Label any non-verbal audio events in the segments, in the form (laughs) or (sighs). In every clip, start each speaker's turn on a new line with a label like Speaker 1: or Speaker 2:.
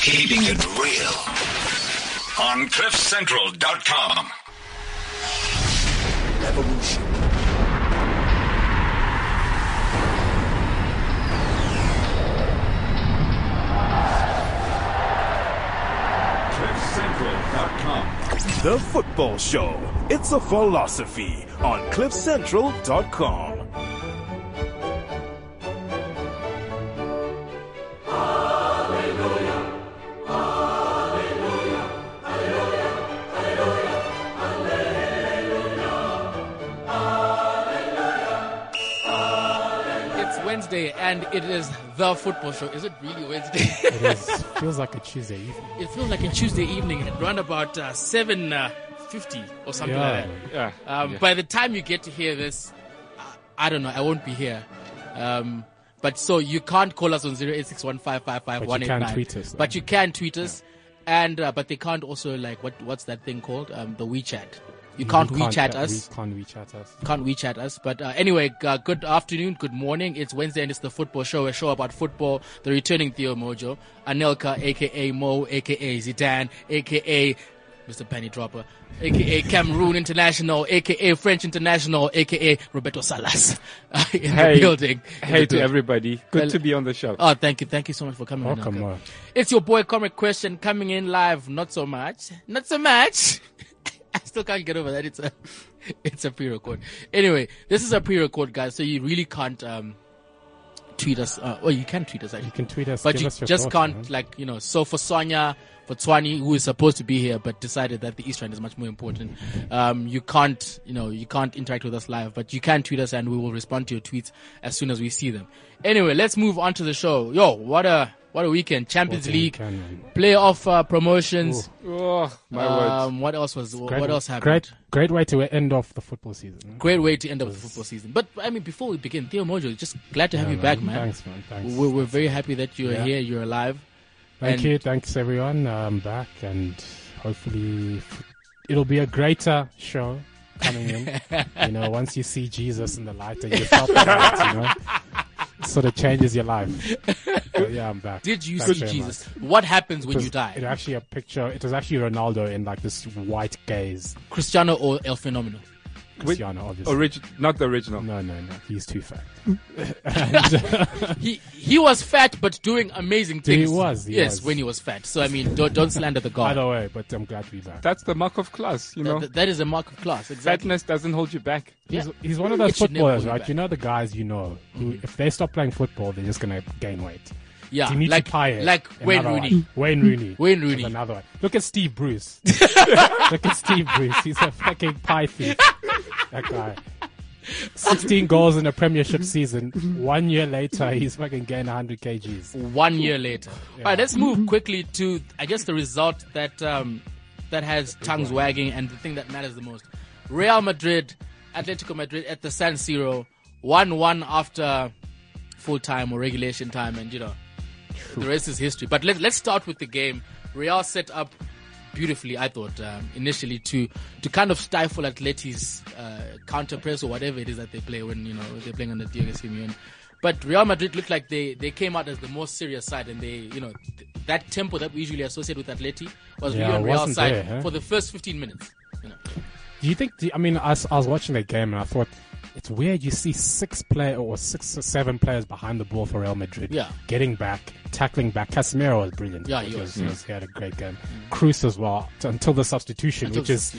Speaker 1: Keeping it real on CliffCentral.com.
Speaker 2: Evolution.
Speaker 1: CliffCentral.com.
Speaker 3: The Football Show. It's a philosophy on CliffCentral.com.
Speaker 4: It's Wednesday and it is the football show. Is it really Wednesday? (laughs)
Speaker 5: It is, feels like a Tuesday evening.
Speaker 4: it feels like a Tuesday evening at around about uh, 7 uh, 50 or something
Speaker 5: Yeah.
Speaker 4: like that. Um, By the time you get to hear this, I, I don't know, I won't be here. Um, but so you can't call us on 0861555189.
Speaker 5: But you can tweet us, um, though.
Speaker 4: But you can tweet us. And uh, but they can't also like what what's that thing called um, the WeChat. You can't
Speaker 5: We
Speaker 4: WeChat us
Speaker 5: We Mm, can't WeChat us.
Speaker 4: can't WeChat us. But uh, anyway, uh, good afternoon, good morning. It's Wednesday and it's the football show, a show about football, the returning Theo Mojo, Anelka, aka Mo, aka Zidane, aka Mr. Penny Dropper, aka Cameroon International, aka French International, aka Roberto (laughs) Salas in the building. In the
Speaker 6: Hey to
Speaker 4: building.
Speaker 6: everybody.
Speaker 4: Well-
Speaker 6: Good to be on the show.
Speaker 4: Oh, thank you. Thank you so much for coming.
Speaker 5: Welcome,
Speaker 4: Anelka.
Speaker 5: uh, Mo.
Speaker 4: It's your boy Comic Question coming in live. Not so much. Not so much. (laughs) I still can't get over that. It's a, (laughs) it's a pre-record. Anyway, this is a pre-record, guys. So you really can't um, tweet us. Uh, well, you can tweet us
Speaker 5: You
Speaker 4: actually,
Speaker 5: can tweet us.
Speaker 4: but
Speaker 5: give
Speaker 4: you
Speaker 5: us your
Speaker 4: just
Speaker 5: thoughts,
Speaker 4: can't
Speaker 5: man.
Speaker 4: like you know. So for Sonia, for Twani, who is supposed to be here but decided that the East Rand is much more important, um, you can't you know you can't interact with us live, but you can tweet us and we will respond to your tweets as soon as we see them. Anyway, let's move on to the show. Yo, what a what a weekend! Champions
Speaker 5: What a
Speaker 4: League
Speaker 5: weekend, man.
Speaker 4: playoff uh, promotions.
Speaker 6: Oh, my word.
Speaker 4: Um, what else was what else happened?
Speaker 5: Great, great way to end off the football season. man.
Speaker 4: Great way to end up the football season. But I mean, before we begin, Theo Mojo, just glad to have
Speaker 5: Yeah,
Speaker 4: you back, man.
Speaker 5: Um, Thanks, man. Thanks.
Speaker 4: We're, we're very happy that you're
Speaker 5: Yeah.
Speaker 4: here. You're alive.
Speaker 5: Thank
Speaker 4: and-
Speaker 5: you. Thanks, everyone. I'm back, and hopefully, f- it'll be a greater show
Speaker 4: (laughs)
Speaker 5: coming in. you know, once you see Jesus in the light and you felt the light, you know, it sort of changes
Speaker 4: (laughs)
Speaker 5: your life. But yeah, I'm back.
Speaker 4: Did you
Speaker 5: Thanks
Speaker 4: see
Speaker 5: very
Speaker 4: Jesus?
Speaker 5: much.
Speaker 4: What happens when
Speaker 5: It
Speaker 4: you
Speaker 5: was-
Speaker 4: die?
Speaker 5: It actually a picture. It was actually Ronaldo in like this white gaze.
Speaker 4: Cristiano or El Fenomeno?
Speaker 5: Cristiano, obviously.
Speaker 6: Origi- not the original.
Speaker 5: no, no, no. He's too fat.
Speaker 4: Ah. He he was fat but doing amazing
Speaker 5: He
Speaker 4: things.
Speaker 5: was, he
Speaker 4: yes,
Speaker 5: was.
Speaker 4: when he was fat. So I mean, don't don't slander the
Speaker 5: By
Speaker 4: god.
Speaker 5: the way, but I'm glad to be back.
Speaker 6: That's the mark of class, you know.
Speaker 4: Th- that is a mark of class. Exactly.
Speaker 6: Fatness doesn't hold you back.
Speaker 4: Yeah.
Speaker 5: He's, he's one of
Speaker 4: It
Speaker 5: those
Speaker 4: should never
Speaker 5: footballers,
Speaker 4: hold you
Speaker 5: right?
Speaker 4: back.
Speaker 5: You know the guys you know who,
Speaker 4: Mm-hmm.
Speaker 5: if they stop playing football, they're just going to gain weight.
Speaker 4: Yeah,
Speaker 5: Dimitri
Speaker 4: like
Speaker 5: Payet,
Speaker 4: like Wayne
Speaker 5: another
Speaker 4: Rooney.
Speaker 5: one. Wayne Rooney.
Speaker 4: (laughs) Wayne
Speaker 5: was
Speaker 4: Rooney.
Speaker 5: Another one. Look at
Speaker 4: (laughs)
Speaker 5: Steve Bruce. Look at Steve Bruce. He's a fucking pie thief. That guy. 16 goals in a premiership season. One year later, he's fucking gained 100 kgs.
Speaker 4: one year later. All right, let's move quickly to I guess the result that um, that has tongues wagging and the thing that matters the most: Real Madrid, Atletico Madrid at the San Siro, one-one after full time or regulation time, and you know the rest is history. But let, let's start with the game. Real set up beautifully, I thought, um, initially to to kind of stifle Atleti's uh, counter press or whatever it is that they play when you know they're playing under Diego Simeone. But Real Madrid looked like they, they came out as the more serious side, and they you know th- that tempo that we usually associate with Atleti was
Speaker 5: Yeah,
Speaker 4: really on
Speaker 5: it
Speaker 4: Real's
Speaker 5: wasn't
Speaker 4: side
Speaker 5: there, huh?
Speaker 4: for the first 15 minutes. You know.
Speaker 5: Do you think? Do you- I mean, I, was- I was watching the game and I thought it's weird. You see six player or six or seven players behind the ball for Real Madrid.
Speaker 4: Yeah.
Speaker 5: getting back, tackling back. Casemiro was brilliant.
Speaker 4: Yeah, he was. Mm.
Speaker 5: He, he had a great game. Cruz as well t- until the substitution, which is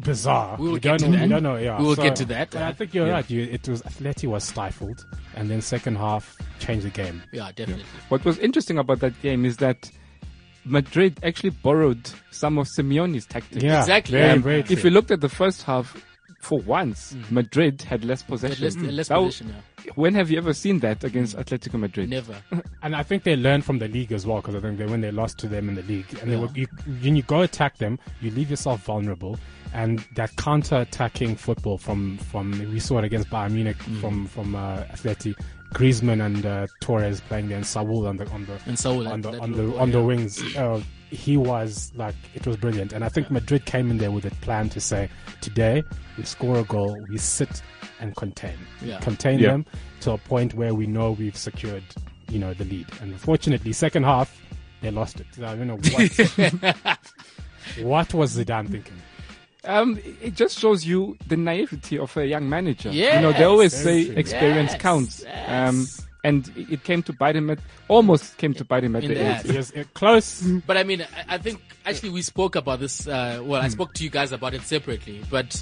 Speaker 5: bizarre.
Speaker 4: We will
Speaker 5: You
Speaker 4: get
Speaker 5: don't,
Speaker 4: to that.
Speaker 5: you don't know. Yeah,
Speaker 4: We will get to that.
Speaker 5: But I think you're right. You, it was Atleti was stifled, and then second half changed the game.
Speaker 4: yeah, definitely.
Speaker 6: What was interesting about that game is that Madrid actually borrowed some of Simeone's tactics.
Speaker 5: Yeah,
Speaker 4: Exactly.
Speaker 5: Very,
Speaker 4: Um,
Speaker 5: very
Speaker 6: If
Speaker 5: true.
Speaker 6: you looked at the first half, for once, Madrid had less possession.
Speaker 4: Less,
Speaker 5: Mm-hmm.
Speaker 4: less
Speaker 6: That w-
Speaker 4: position, yeah.
Speaker 6: When have you ever seen that against Atletico Madrid?
Speaker 4: Never.
Speaker 5: And I think they learned from the league as well because I think they, when they lost to them in the league, and they were, you, when you go attack them, you leave yourself vulnerable. And that counter-attacking football from from we saw it against Bayern Munich
Speaker 4: Mm.
Speaker 5: from from uh, Atleti, Griezmann and uh, Torres playing there, and Saul on the on the
Speaker 4: And Saul, that-
Speaker 5: on the
Speaker 4: that
Speaker 5: on
Speaker 4: little
Speaker 5: the,
Speaker 4: boy,
Speaker 5: Oh, on the
Speaker 4: yeah.
Speaker 5: wings. Uh, he was like it was brilliant, and I think Madrid came in there with a plan to say, today we score a goal, we sit and contain,
Speaker 4: Yeah.
Speaker 5: contain
Speaker 6: Yeah.
Speaker 5: them to a point where we know we've secured, you know, the lead. And unfortunately, second half, They lost it. I don't know what.
Speaker 4: (laughs)
Speaker 5: what was Zidane thinking?
Speaker 6: Um, it just shows you the naivety of a young manager. You know, they always
Speaker 5: Yes.
Speaker 6: say
Speaker 5: Very true.
Speaker 6: experience
Speaker 4: Yes,
Speaker 6: counts. Um,
Speaker 4: yes.
Speaker 6: and it came to bite him at, almost came to bite him at
Speaker 4: In
Speaker 6: the
Speaker 4: the
Speaker 6: end.
Speaker 4: ass.
Speaker 5: Yes, uh, close.
Speaker 4: But I mean, I, I think actually we spoke about this. Uh, well,
Speaker 5: Hmm.
Speaker 4: I spoke to you guys about it separately, but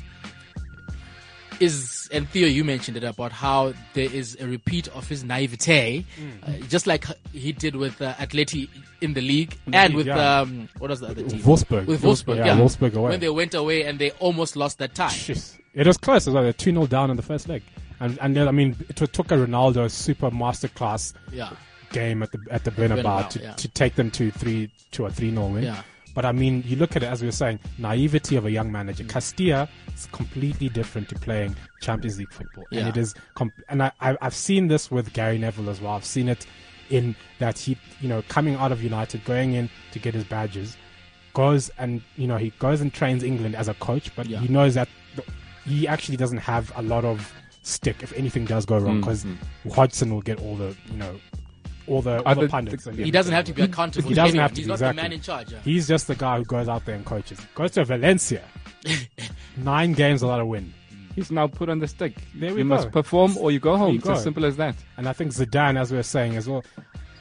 Speaker 4: is and Theo, you mentioned it about how there is a repeat of his naivete,
Speaker 5: Hmm.
Speaker 4: uh, just like he did with uh, Atleti in the league and
Speaker 5: league,
Speaker 4: with
Speaker 5: yeah.
Speaker 4: um, what was the other team?
Speaker 5: Wolfsburg.
Speaker 4: With Wolfsburg,
Speaker 5: Yeah,
Speaker 4: yeah,
Speaker 5: Wolfsburg away.
Speaker 4: when they went away and they almost lost that tie.
Speaker 5: Jeez. It was close as well. They're 2 0 down in the first leg. And, and then, I mean, it took a Ronaldo super masterclass
Speaker 4: Yeah.
Speaker 5: game at the at the Bernabeu,
Speaker 4: Bernabeu,
Speaker 5: to,
Speaker 4: yeah.
Speaker 5: to take them to three to a three 0 win.
Speaker 4: Yeah.
Speaker 5: But I mean, you look at it as we were saying, naivety of a young
Speaker 4: Mm.
Speaker 5: manager. Castilla is completely different to playing Champions League football, and
Speaker 4: Yeah.
Speaker 5: it is. Com- and I, I I've seen this with Gary Neville as well. I've seen it in that he you know coming out of United, going in to get his badges, goes and you know he goes and trains England as a coach, but
Speaker 4: Yeah.
Speaker 5: he knows that th- he actually doesn't have a lot of stick if anything does go
Speaker 4: Mm,
Speaker 5: wrong because Hodgson will get all the you know all the, all the
Speaker 6: Other-
Speaker 5: pundits. and
Speaker 4: He doesn't have to be accountable.
Speaker 5: everything. He doesn't
Speaker 4: anyone.
Speaker 5: have to.
Speaker 4: He's
Speaker 5: be,
Speaker 4: not
Speaker 5: exactly.
Speaker 4: the man in charge. yeah.
Speaker 5: He's just the guy who goes out there and coaches. Goes
Speaker 4: (laughs)
Speaker 5: to Valencia, nine games without a win,
Speaker 6: He's now put on the stick.
Speaker 5: There we
Speaker 6: you
Speaker 5: go.
Speaker 6: must perform or you go home.
Speaker 5: you
Speaker 6: it's
Speaker 5: go.
Speaker 6: as simple as that.
Speaker 5: and I think Zidane, as we were saying as well,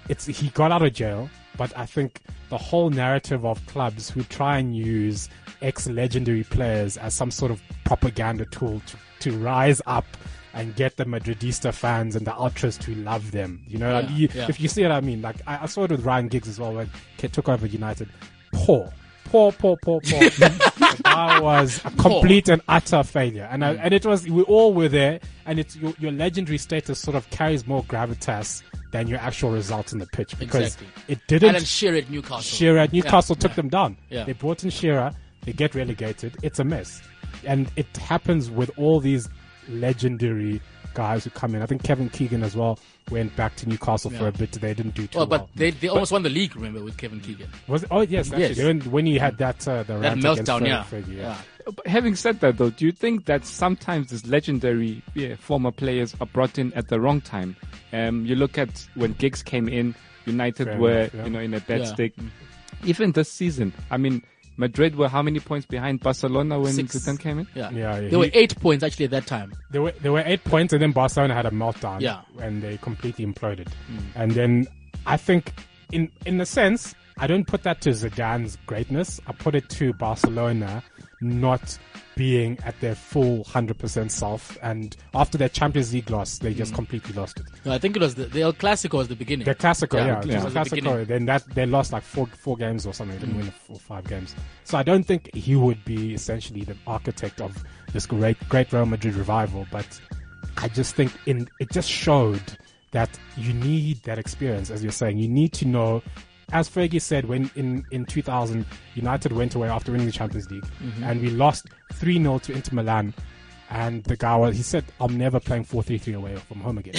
Speaker 5: it's he got out of jail. But I think the whole narrative of clubs who try and use ex-legendary players as some sort of propaganda tool to, to rise up and get the Madridista fans and the ultras to love them. You know, like,
Speaker 4: Yeah,
Speaker 5: you-
Speaker 4: yeah.
Speaker 5: if you see what I mean. Like I, I saw it with Ryan Giggs as well when he took over United. Poor, poor, poor, poor,
Speaker 4: (laughs)
Speaker 5: poor. that was a complete and utter failure. And I, and it was we all were there. And it's your, your legendary status sort of carries more gravitas than your actual results in the pitch because
Speaker 4: Exactly.
Speaker 5: it didn't.
Speaker 4: Alan Shearer at Newcastle.
Speaker 5: Shearer at Newcastle took
Speaker 4: yeah.
Speaker 5: them down.
Speaker 4: Yeah.
Speaker 5: They brought in Shearer. They get relegated. It's a mess, and it happens with all these legendary guys who come in. I think Kevin Keegan as well went back to Newcastle for
Speaker 4: Yeah.
Speaker 5: a bit. They didn't do too
Speaker 4: Well,
Speaker 5: well.
Speaker 4: but they, they almost won the league, remember, with Kevin Keegan.
Speaker 5: Was it- oh yes, actually,
Speaker 4: Yes.
Speaker 5: When, when he had that uh, the
Speaker 4: That
Speaker 5: rant against
Speaker 4: meltdown,
Speaker 5: Fred-
Speaker 4: yeah.
Speaker 5: Fred,
Speaker 4: yeah.
Speaker 6: But having said that, though, do you think that sometimes these legendary yeah, former players are brought in at the wrong time? Um, you look at when Giggs came in, United
Speaker 5: Fair
Speaker 6: were
Speaker 5: enough, yeah.
Speaker 6: you know in a bad
Speaker 4: Yeah.
Speaker 6: state. Even this season, I mean, Madrid were how many points behind Barcelona when
Speaker 4: Six.
Speaker 6: Zidane came in?
Speaker 4: Yeah.
Speaker 5: Yeah,
Speaker 4: There
Speaker 5: he-
Speaker 4: were eight points actually at that time.
Speaker 5: There were there were eight points, and then Barcelona had a meltdown.
Speaker 4: Yeah.
Speaker 5: and they completely imploded. And then I think, in in a sense, I don't put that to Zidane's greatness. I put it to Barcelona not being at their full hundred percent self. And after their Champions League loss, they just completely lost it.
Speaker 4: No, I think it was the, the El Clasico was the beginning.
Speaker 5: The Clasico, yeah,
Speaker 4: it
Speaker 5: it was
Speaker 4: was
Speaker 5: a
Speaker 4: the
Speaker 5: Clasico.
Speaker 4: beginning.
Speaker 5: Then that they lost like four four games or something. They didn't win four five games. So I don't think he would be essentially the architect of this great great Real Madrid revival. But I just think in it just showed that you need that experience, as you're saying. You need to know. As Fergie said, when in, in 2000, United went away after winning the Champions League, and we lost 3 0 to Inter Milan. And the guy was, he said, I'm never playing 4 3 3 away from home (laughs) again.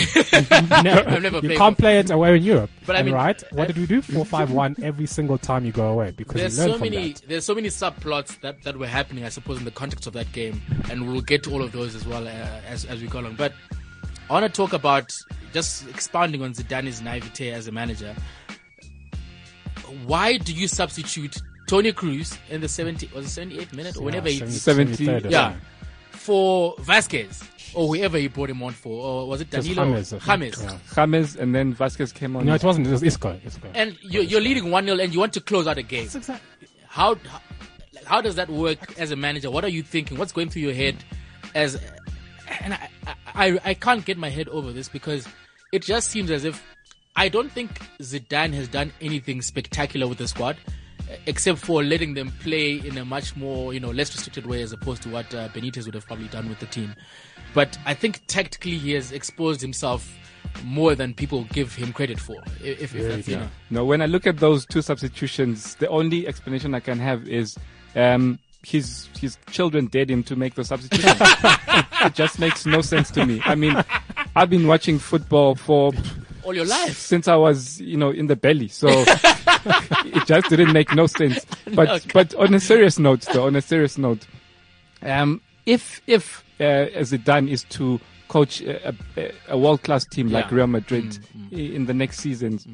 Speaker 5: never,
Speaker 4: I've never
Speaker 5: you
Speaker 4: played
Speaker 5: can't play it away in Europe.
Speaker 4: But I
Speaker 5: And
Speaker 4: mean- uh,
Speaker 5: right? What did we do? Four five one every single time you go away because
Speaker 4: There's
Speaker 5: you learn
Speaker 4: so
Speaker 5: from
Speaker 4: many
Speaker 5: that.
Speaker 4: there's so many subplots that, that were happening, I suppose, in the context of that game, and we'll get to all of those as well uh, as as we go along. But I want to talk about just expounding on Zidane's naivete as a manager. Why do you substitute Tony Cruz in the 70 was it 78th minute or whenever he
Speaker 6: 70
Speaker 5: 73rd,
Speaker 4: yeah, for Vasquez or whoever he brought him on for, or was it
Speaker 5: It was
Speaker 4: Danilo
Speaker 5: James, I think. Yeah.
Speaker 6: James and then Vasquez came on.
Speaker 5: No, it wasn't. It was Isco. Isco.
Speaker 4: And you're, you're leading one 0 and you want to close out a game. How how- like, how does that work as a manager? What are you thinking? What's going through your head? As and I I, I- I can't get my head over this because it just seems as if I don't think Zidane has done anything spectacular with the squad. eh, Except for letting them play in a much more, you know, less restricted way as opposed to what uh, Benitez would have probably done with the team. But I think tactically he has exposed himself more than people give him credit for. i- If, if, that's, you know.
Speaker 6: No, when I look at those two substitutions, the only explanation I can have is um, his his children dared him to make those substitutions. (laughs) it just makes no sense to me. I mean, I've been watching football for
Speaker 4: all your life.
Speaker 6: since I was, you know, in the
Speaker 4: (laughs)
Speaker 6: belly. So it just didn't make no sense. But but on a serious note, though, on a serious note, um, if if uh, Zidane is to coach a, a, a world class team like
Speaker 4: Yeah. Mm,
Speaker 6: Real Madrid i- in the next seasons,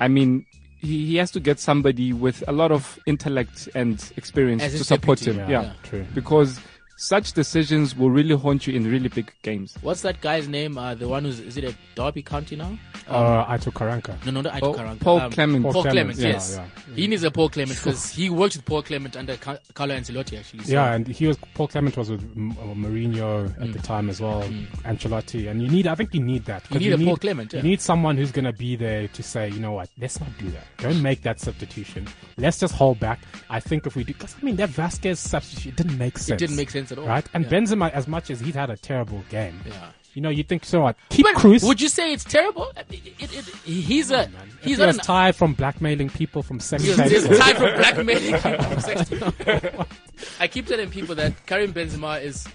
Speaker 6: I mean, he, he has to get somebody with a lot of intellect and experience
Speaker 4: As
Speaker 6: to
Speaker 4: his
Speaker 6: support
Speaker 4: deputy,
Speaker 6: him.
Speaker 5: yeah.
Speaker 6: Yeah,
Speaker 5: Yeah. True.
Speaker 6: Because such decisions will really haunt you in really big games.
Speaker 4: What's that guy's name? Uh, the one who's is it a Derby County now?
Speaker 5: uh, Aito Karanka.
Speaker 4: No, no, not Ito
Speaker 6: Paul-
Speaker 4: Karanka.
Speaker 6: Paul Clement.
Speaker 4: Paul,
Speaker 5: Paul
Speaker 4: Clement.
Speaker 5: Clement, yeah,
Speaker 4: yes, he needs a Paul Clement because he worked with Paul Clement under Ca- Carlo Ancelotti actually. So
Speaker 5: Yeah, and he was Paul Clement was with M- uh, Mourinho at
Speaker 4: Mm.
Speaker 5: the time as well, Ancelotti, and you need I think you need that. 'cause
Speaker 4: need a Paul Clement, yeah.
Speaker 5: You need someone who's going to be there to say, you know what, let's not do that. Don't make that substitution. Let's just hold back. I think if we do, because I mean that Vasquez substitution didn't make sense.
Speaker 4: didn't make sense at all.
Speaker 5: right? And
Speaker 4: Yeah.
Speaker 5: Benzema, as much as he's had a terrible game,
Speaker 4: Yeah.
Speaker 5: you know, you think so what? Keep
Speaker 4: But
Speaker 5: Cruz.
Speaker 4: would you say it's terrible? I mean, It, it, he's a
Speaker 5: If
Speaker 4: he's
Speaker 5: he
Speaker 4: not
Speaker 5: was
Speaker 4: an
Speaker 5: tired from blackmailing people from
Speaker 4: He's
Speaker 5: semi-finals. (laughs)
Speaker 4: tied for blackmailing people from sex trafficking. (laughs) I keep telling people that Karim Benzema is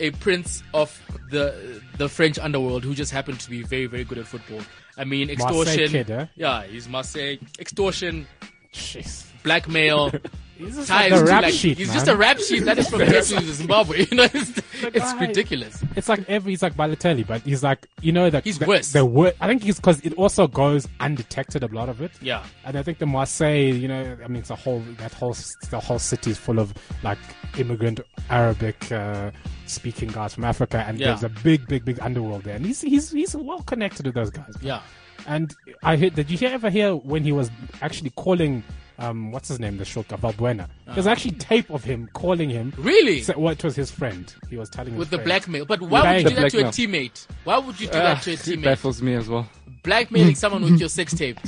Speaker 4: a prince of the the French underworld who just happened to be very very good at football. I mean
Speaker 5: Marseille
Speaker 4: extortion.
Speaker 5: kid, eh?
Speaker 4: Yeah, he's Marseille. Extortion,
Speaker 5: Jeez.
Speaker 4: blackmail.
Speaker 5: This is
Speaker 4: ties
Speaker 5: like the
Speaker 4: to,
Speaker 5: rap
Speaker 4: like-
Speaker 5: sheet,
Speaker 4: He's
Speaker 5: man.
Speaker 4: just a rap sheet that is
Speaker 5: (laughs)
Speaker 4: from here to Zimbabwe. You know, it's, it's
Speaker 5: guy-
Speaker 4: ridiculous.
Speaker 5: It's like every he's like Balotelli, but he's like you know that
Speaker 4: He's
Speaker 5: the,
Speaker 4: worse.
Speaker 5: The wor- I think he's because it also goes undetected a lot of it.
Speaker 4: Yeah.
Speaker 5: and I think the Marseille, you know, I mean, it's a whole that whole s- the whole city is full of like immigrant Arabic uh, speaking guys from Africa, and
Speaker 4: Yeah.
Speaker 5: there's a big, big, big underworld there, and he's he's he's well connected with those guys.
Speaker 4: Yeah.
Speaker 5: And I heard, did you hear, ever hear when he was actually calling, um, what's his name, the short guy, Valbuena? There's actually tape of him calling him.
Speaker 4: Uh-huh. Really?
Speaker 5: So, well, it was his friend. He was telling
Speaker 4: With the
Speaker 5: his friend.
Speaker 4: blackmail. But why
Speaker 5: Right.
Speaker 4: would you do
Speaker 6: The
Speaker 4: that to a
Speaker 6: blackmail.
Speaker 4: teammate? Why would you do
Speaker 6: Ah,
Speaker 4: that to a
Speaker 6: (laughs) it
Speaker 4: teammate?
Speaker 6: baffles me as well.
Speaker 5: (laughs)
Speaker 4: Blackmailing someone with your sex tape.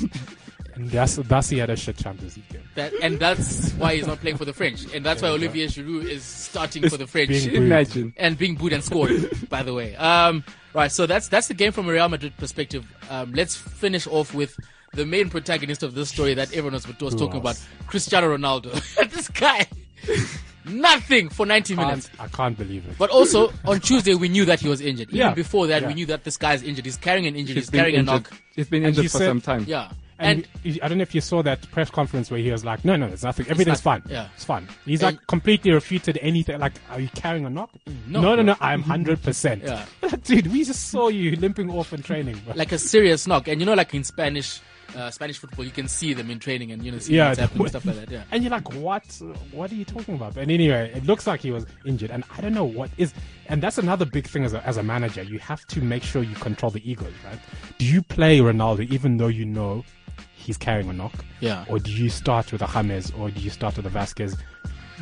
Speaker 5: And thus, thus he had a shit Champions League game.
Speaker 4: That, and that's why he's not playing for the French. And that's why Olivier Giroud is starting for the French
Speaker 5: being- Weird.
Speaker 6: Imagine.
Speaker 4: and being booed and scored, (laughs) by the way. Um, right, so that's that's the game from a Real Madrid perspective. Um, let's finish off with the main protagonist of this story that everyone was, was talking about,
Speaker 5: else?
Speaker 4: Cristiano Ronaldo. (laughs) this guy, nothing for 90 minutes.
Speaker 5: I can't believe it.
Speaker 4: But also on Tuesday we knew that he was injured. Even
Speaker 5: Yeah.
Speaker 4: before that
Speaker 5: Yeah.
Speaker 4: we knew that this guy's injured. He's carrying an injury. He's,
Speaker 6: He's been
Speaker 4: carrying
Speaker 6: injured.
Speaker 4: a knock.
Speaker 6: He's been
Speaker 5: he
Speaker 6: injured for
Speaker 5: said-
Speaker 6: some time.
Speaker 4: Yeah.
Speaker 5: and,
Speaker 4: And,
Speaker 5: he- I don't know if you saw that press conference where he was like, "No, no, there's nothing. Everything's
Speaker 4: not-
Speaker 5: fine.
Speaker 4: yeah.
Speaker 5: It's fine." He's
Speaker 4: And-
Speaker 5: like completely refuted anything. Like, are you carrying a knock?
Speaker 4: No.
Speaker 5: no, no. no, I'm
Speaker 4: (laughs)
Speaker 5: hundred percent.
Speaker 4: Yeah.
Speaker 5: (laughs) dude, we just saw you limping off in training. Bro.
Speaker 4: like a serious knock. And you know, like in Spanish, uh, Spanish football, you can see them in training and you know see
Speaker 5: Yeah,
Speaker 4: what's happening
Speaker 5: the-
Speaker 4: and stuff like that.
Speaker 5: (laughs)
Speaker 4: Yeah.
Speaker 5: And you're like, what? What are you talking about? And anyway, it looks like he was injured, and I don't know what is. And that's another big thing as a, as a manager. You have to make sure you control the egos, right? Do you play Ronaldo even though you know he's carrying a knock?
Speaker 4: Yeah.
Speaker 5: Or do you start with a James, or do you start with a Vasquez,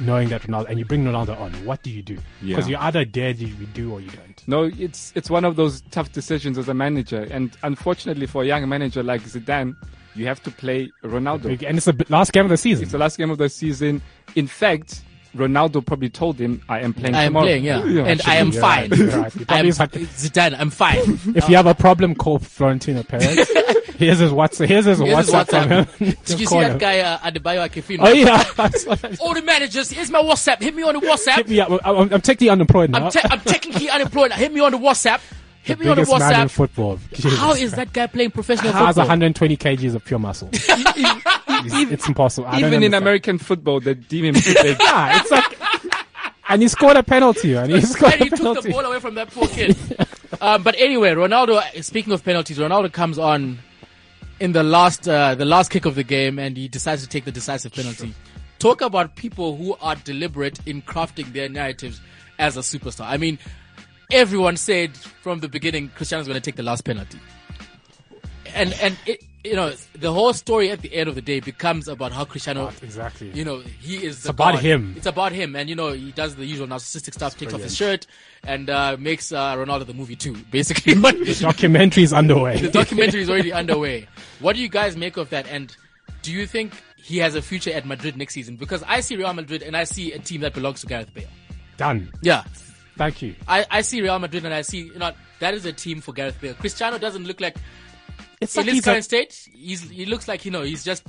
Speaker 5: knowing that Ronaldo, and you bring Ronaldo on? What do you do?
Speaker 6: Yeah.
Speaker 5: Because you either dare you do or you don't.
Speaker 6: No, it's it's one of those tough decisions as a manager, and unfortunately for a young manager like Zidane, you have to play Ronaldo.
Speaker 5: And it's the b- last game of the season.
Speaker 6: It's the last game of the season. In fact, Ronaldo probably told him, "I am playing
Speaker 4: I am
Speaker 6: tomorrow."
Speaker 4: playing,
Speaker 6: (laughs)
Speaker 4: yeah. and I
Speaker 5: actually,
Speaker 4: am
Speaker 5: you're
Speaker 4: fine.
Speaker 5: right, you're right. You
Speaker 4: I am,
Speaker 5: probably had to-
Speaker 4: Zidane, I'm
Speaker 5: (laughs)
Speaker 4: fine.
Speaker 5: if you have a problem, call Florentino
Speaker 4: (laughs)
Speaker 5: Perez. here's his WhatsApp. Here's his
Speaker 4: Here's his
Speaker 5: WhatsApp. from
Speaker 4: WhatsApp.
Speaker 5: him.
Speaker 4: (laughs) Did you
Speaker 5: Call
Speaker 4: see
Speaker 5: him.
Speaker 4: that guy uh, Adebayo Akefino?
Speaker 5: Oh yeah, (laughs) That's what I-
Speaker 4: All the managers, here's my WhatsApp. Hit me on the WhatsApp.
Speaker 5: yeah. well, I'm, I'm technically unemployed now.
Speaker 4: I'm, te- I'm technically unemployed. Hit me on the WhatsApp.
Speaker 5: the
Speaker 4: Hit me on the
Speaker 5: biggest man in
Speaker 4: WhatsApp.
Speaker 5: football. Jesus
Speaker 4: How is
Speaker 5: Christ.
Speaker 4: that guy playing professional
Speaker 5: How's
Speaker 4: football?
Speaker 5: 120 kgs of
Speaker 4: (laughs)
Speaker 5: pure muscle? it's, it's impossible. I don't
Speaker 6: Even in
Speaker 5: understand.
Speaker 6: American football, they deem him too
Speaker 4: (laughs)
Speaker 6: big.
Speaker 5: Yeah, it's like, and he scored a penalty, and he
Speaker 4: (laughs)
Speaker 5: scored
Speaker 4: and
Speaker 5: a
Speaker 4: he took the
Speaker 5: penalty.
Speaker 4: ball away from that poor
Speaker 5: (laughs)
Speaker 4: kid. um, but anyway, Ronaldo. Speaking of penalties, Ronaldo comes on in the last uh, the last kick of the game, and he decides to take the decisive penalty. Talk about people who are deliberate in crafting their narratives as a superstar. I mean, everyone said from the beginning Cristiano's going to take the last penalty, and and it, you know the whole story at the end of the day becomes about how Cristiano
Speaker 5: Exactly.
Speaker 4: you know, he is. It's
Speaker 5: about him.
Speaker 4: It's about him, and you know, he does the usual narcissistic stuff, takes off his shirt, and uh, makes uh, Ronaldo the movie too, basically. (laughs) But the
Speaker 5: Documentary is underway.
Speaker 4: (laughs) documentary is already underway. What do you guys make of that? And do you think he has a future at Madrid next season? Because I see Real Madrid, and I see a team that belongs to Gareth Bale.
Speaker 5: Done.
Speaker 4: Yeah,
Speaker 5: Thank you.
Speaker 4: I, I see Real Madrid, and I see you know that is a team for Gareth Bale. Cristiano doesn't look like
Speaker 5: It's
Speaker 4: in
Speaker 5: like
Speaker 4: his
Speaker 5: he's a-
Speaker 4: current state. He's he looks like you know he's just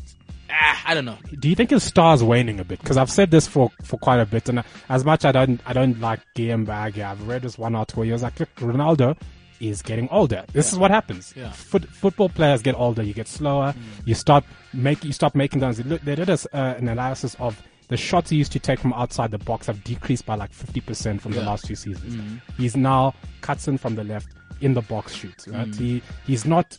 Speaker 4: ah, I don't know.
Speaker 5: do you think his star's waning a bit? Because I've said this for, for quite a bit, and I- as much I don't I don't like Guillaume Bagge, I've read this one article. He was like, "Look, Ronaldo is getting older. This is what happens.
Speaker 4: Yeah. Mm.
Speaker 5: Foot, football players get older. You get slower. You stop make you stop making those. Look, they did a s uh, an analysis of the shots he used to take from outside the box have decreased by like fifty percent from the
Speaker 4: Yeah. Mm.
Speaker 5: last two seasons.
Speaker 4: Mm.
Speaker 5: He's now cuts in from the left in the box shoots. Right? He he's not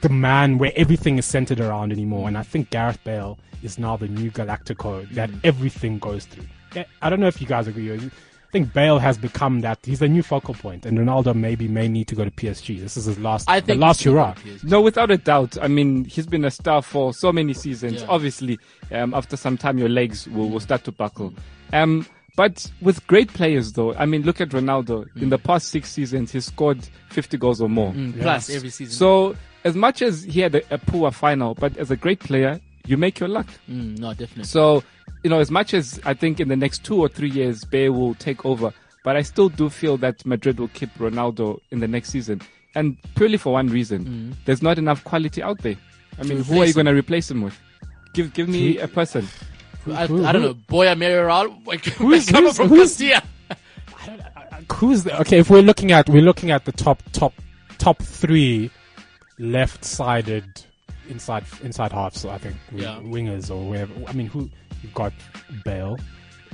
Speaker 5: the man where everything is centered around anymore. And I think Gareth Bale is now the new Galactico that
Speaker 4: Hmm.
Speaker 5: everything goes through. Yeah, I don't know if you guys agree. or- I think Bale has become that. He's the new focal point, and Ronaldo maybe may need to go to PSG. This is his last.
Speaker 4: I think
Speaker 5: the last hurrah.
Speaker 6: No, without a doubt. I mean, he's been a star for so many seasons.
Speaker 4: Yeah.
Speaker 6: Obviously, um, after some time, your legs will, will start to buckle. Um, but with great players, though, I mean, look at Ronaldo. In the past six seasons, he scored 50 goals or more.
Speaker 4: Plus every Mm, season.
Speaker 6: So, as much as he had a, a poor final, but as a great player, you make your luck.
Speaker 4: Mm, no, definitely.
Speaker 6: So, you know, as much as I think in the next two or three years, Bay will take over, but I still do feel that Madrid will keep Ronaldo in the next season. And purely for one reason, there's not enough quality out there. I mean, who are
Speaker 4: Mm. replace
Speaker 6: you
Speaker 4: him.
Speaker 6: going to replace him with? Give, give me a person.
Speaker 4: I,
Speaker 5: who-
Speaker 4: I don't know. Boya Mayoral, like, (laughs) who's,
Speaker 5: who's-
Speaker 4: from
Speaker 5: who's-
Speaker 4: Castilla.
Speaker 5: Who's the, okay? If we're looking at we're looking at the top top top three left sided inside inside halves. I think wi-
Speaker 4: Yeah.
Speaker 5: wingers or wherever. I mean, who you've got Bale,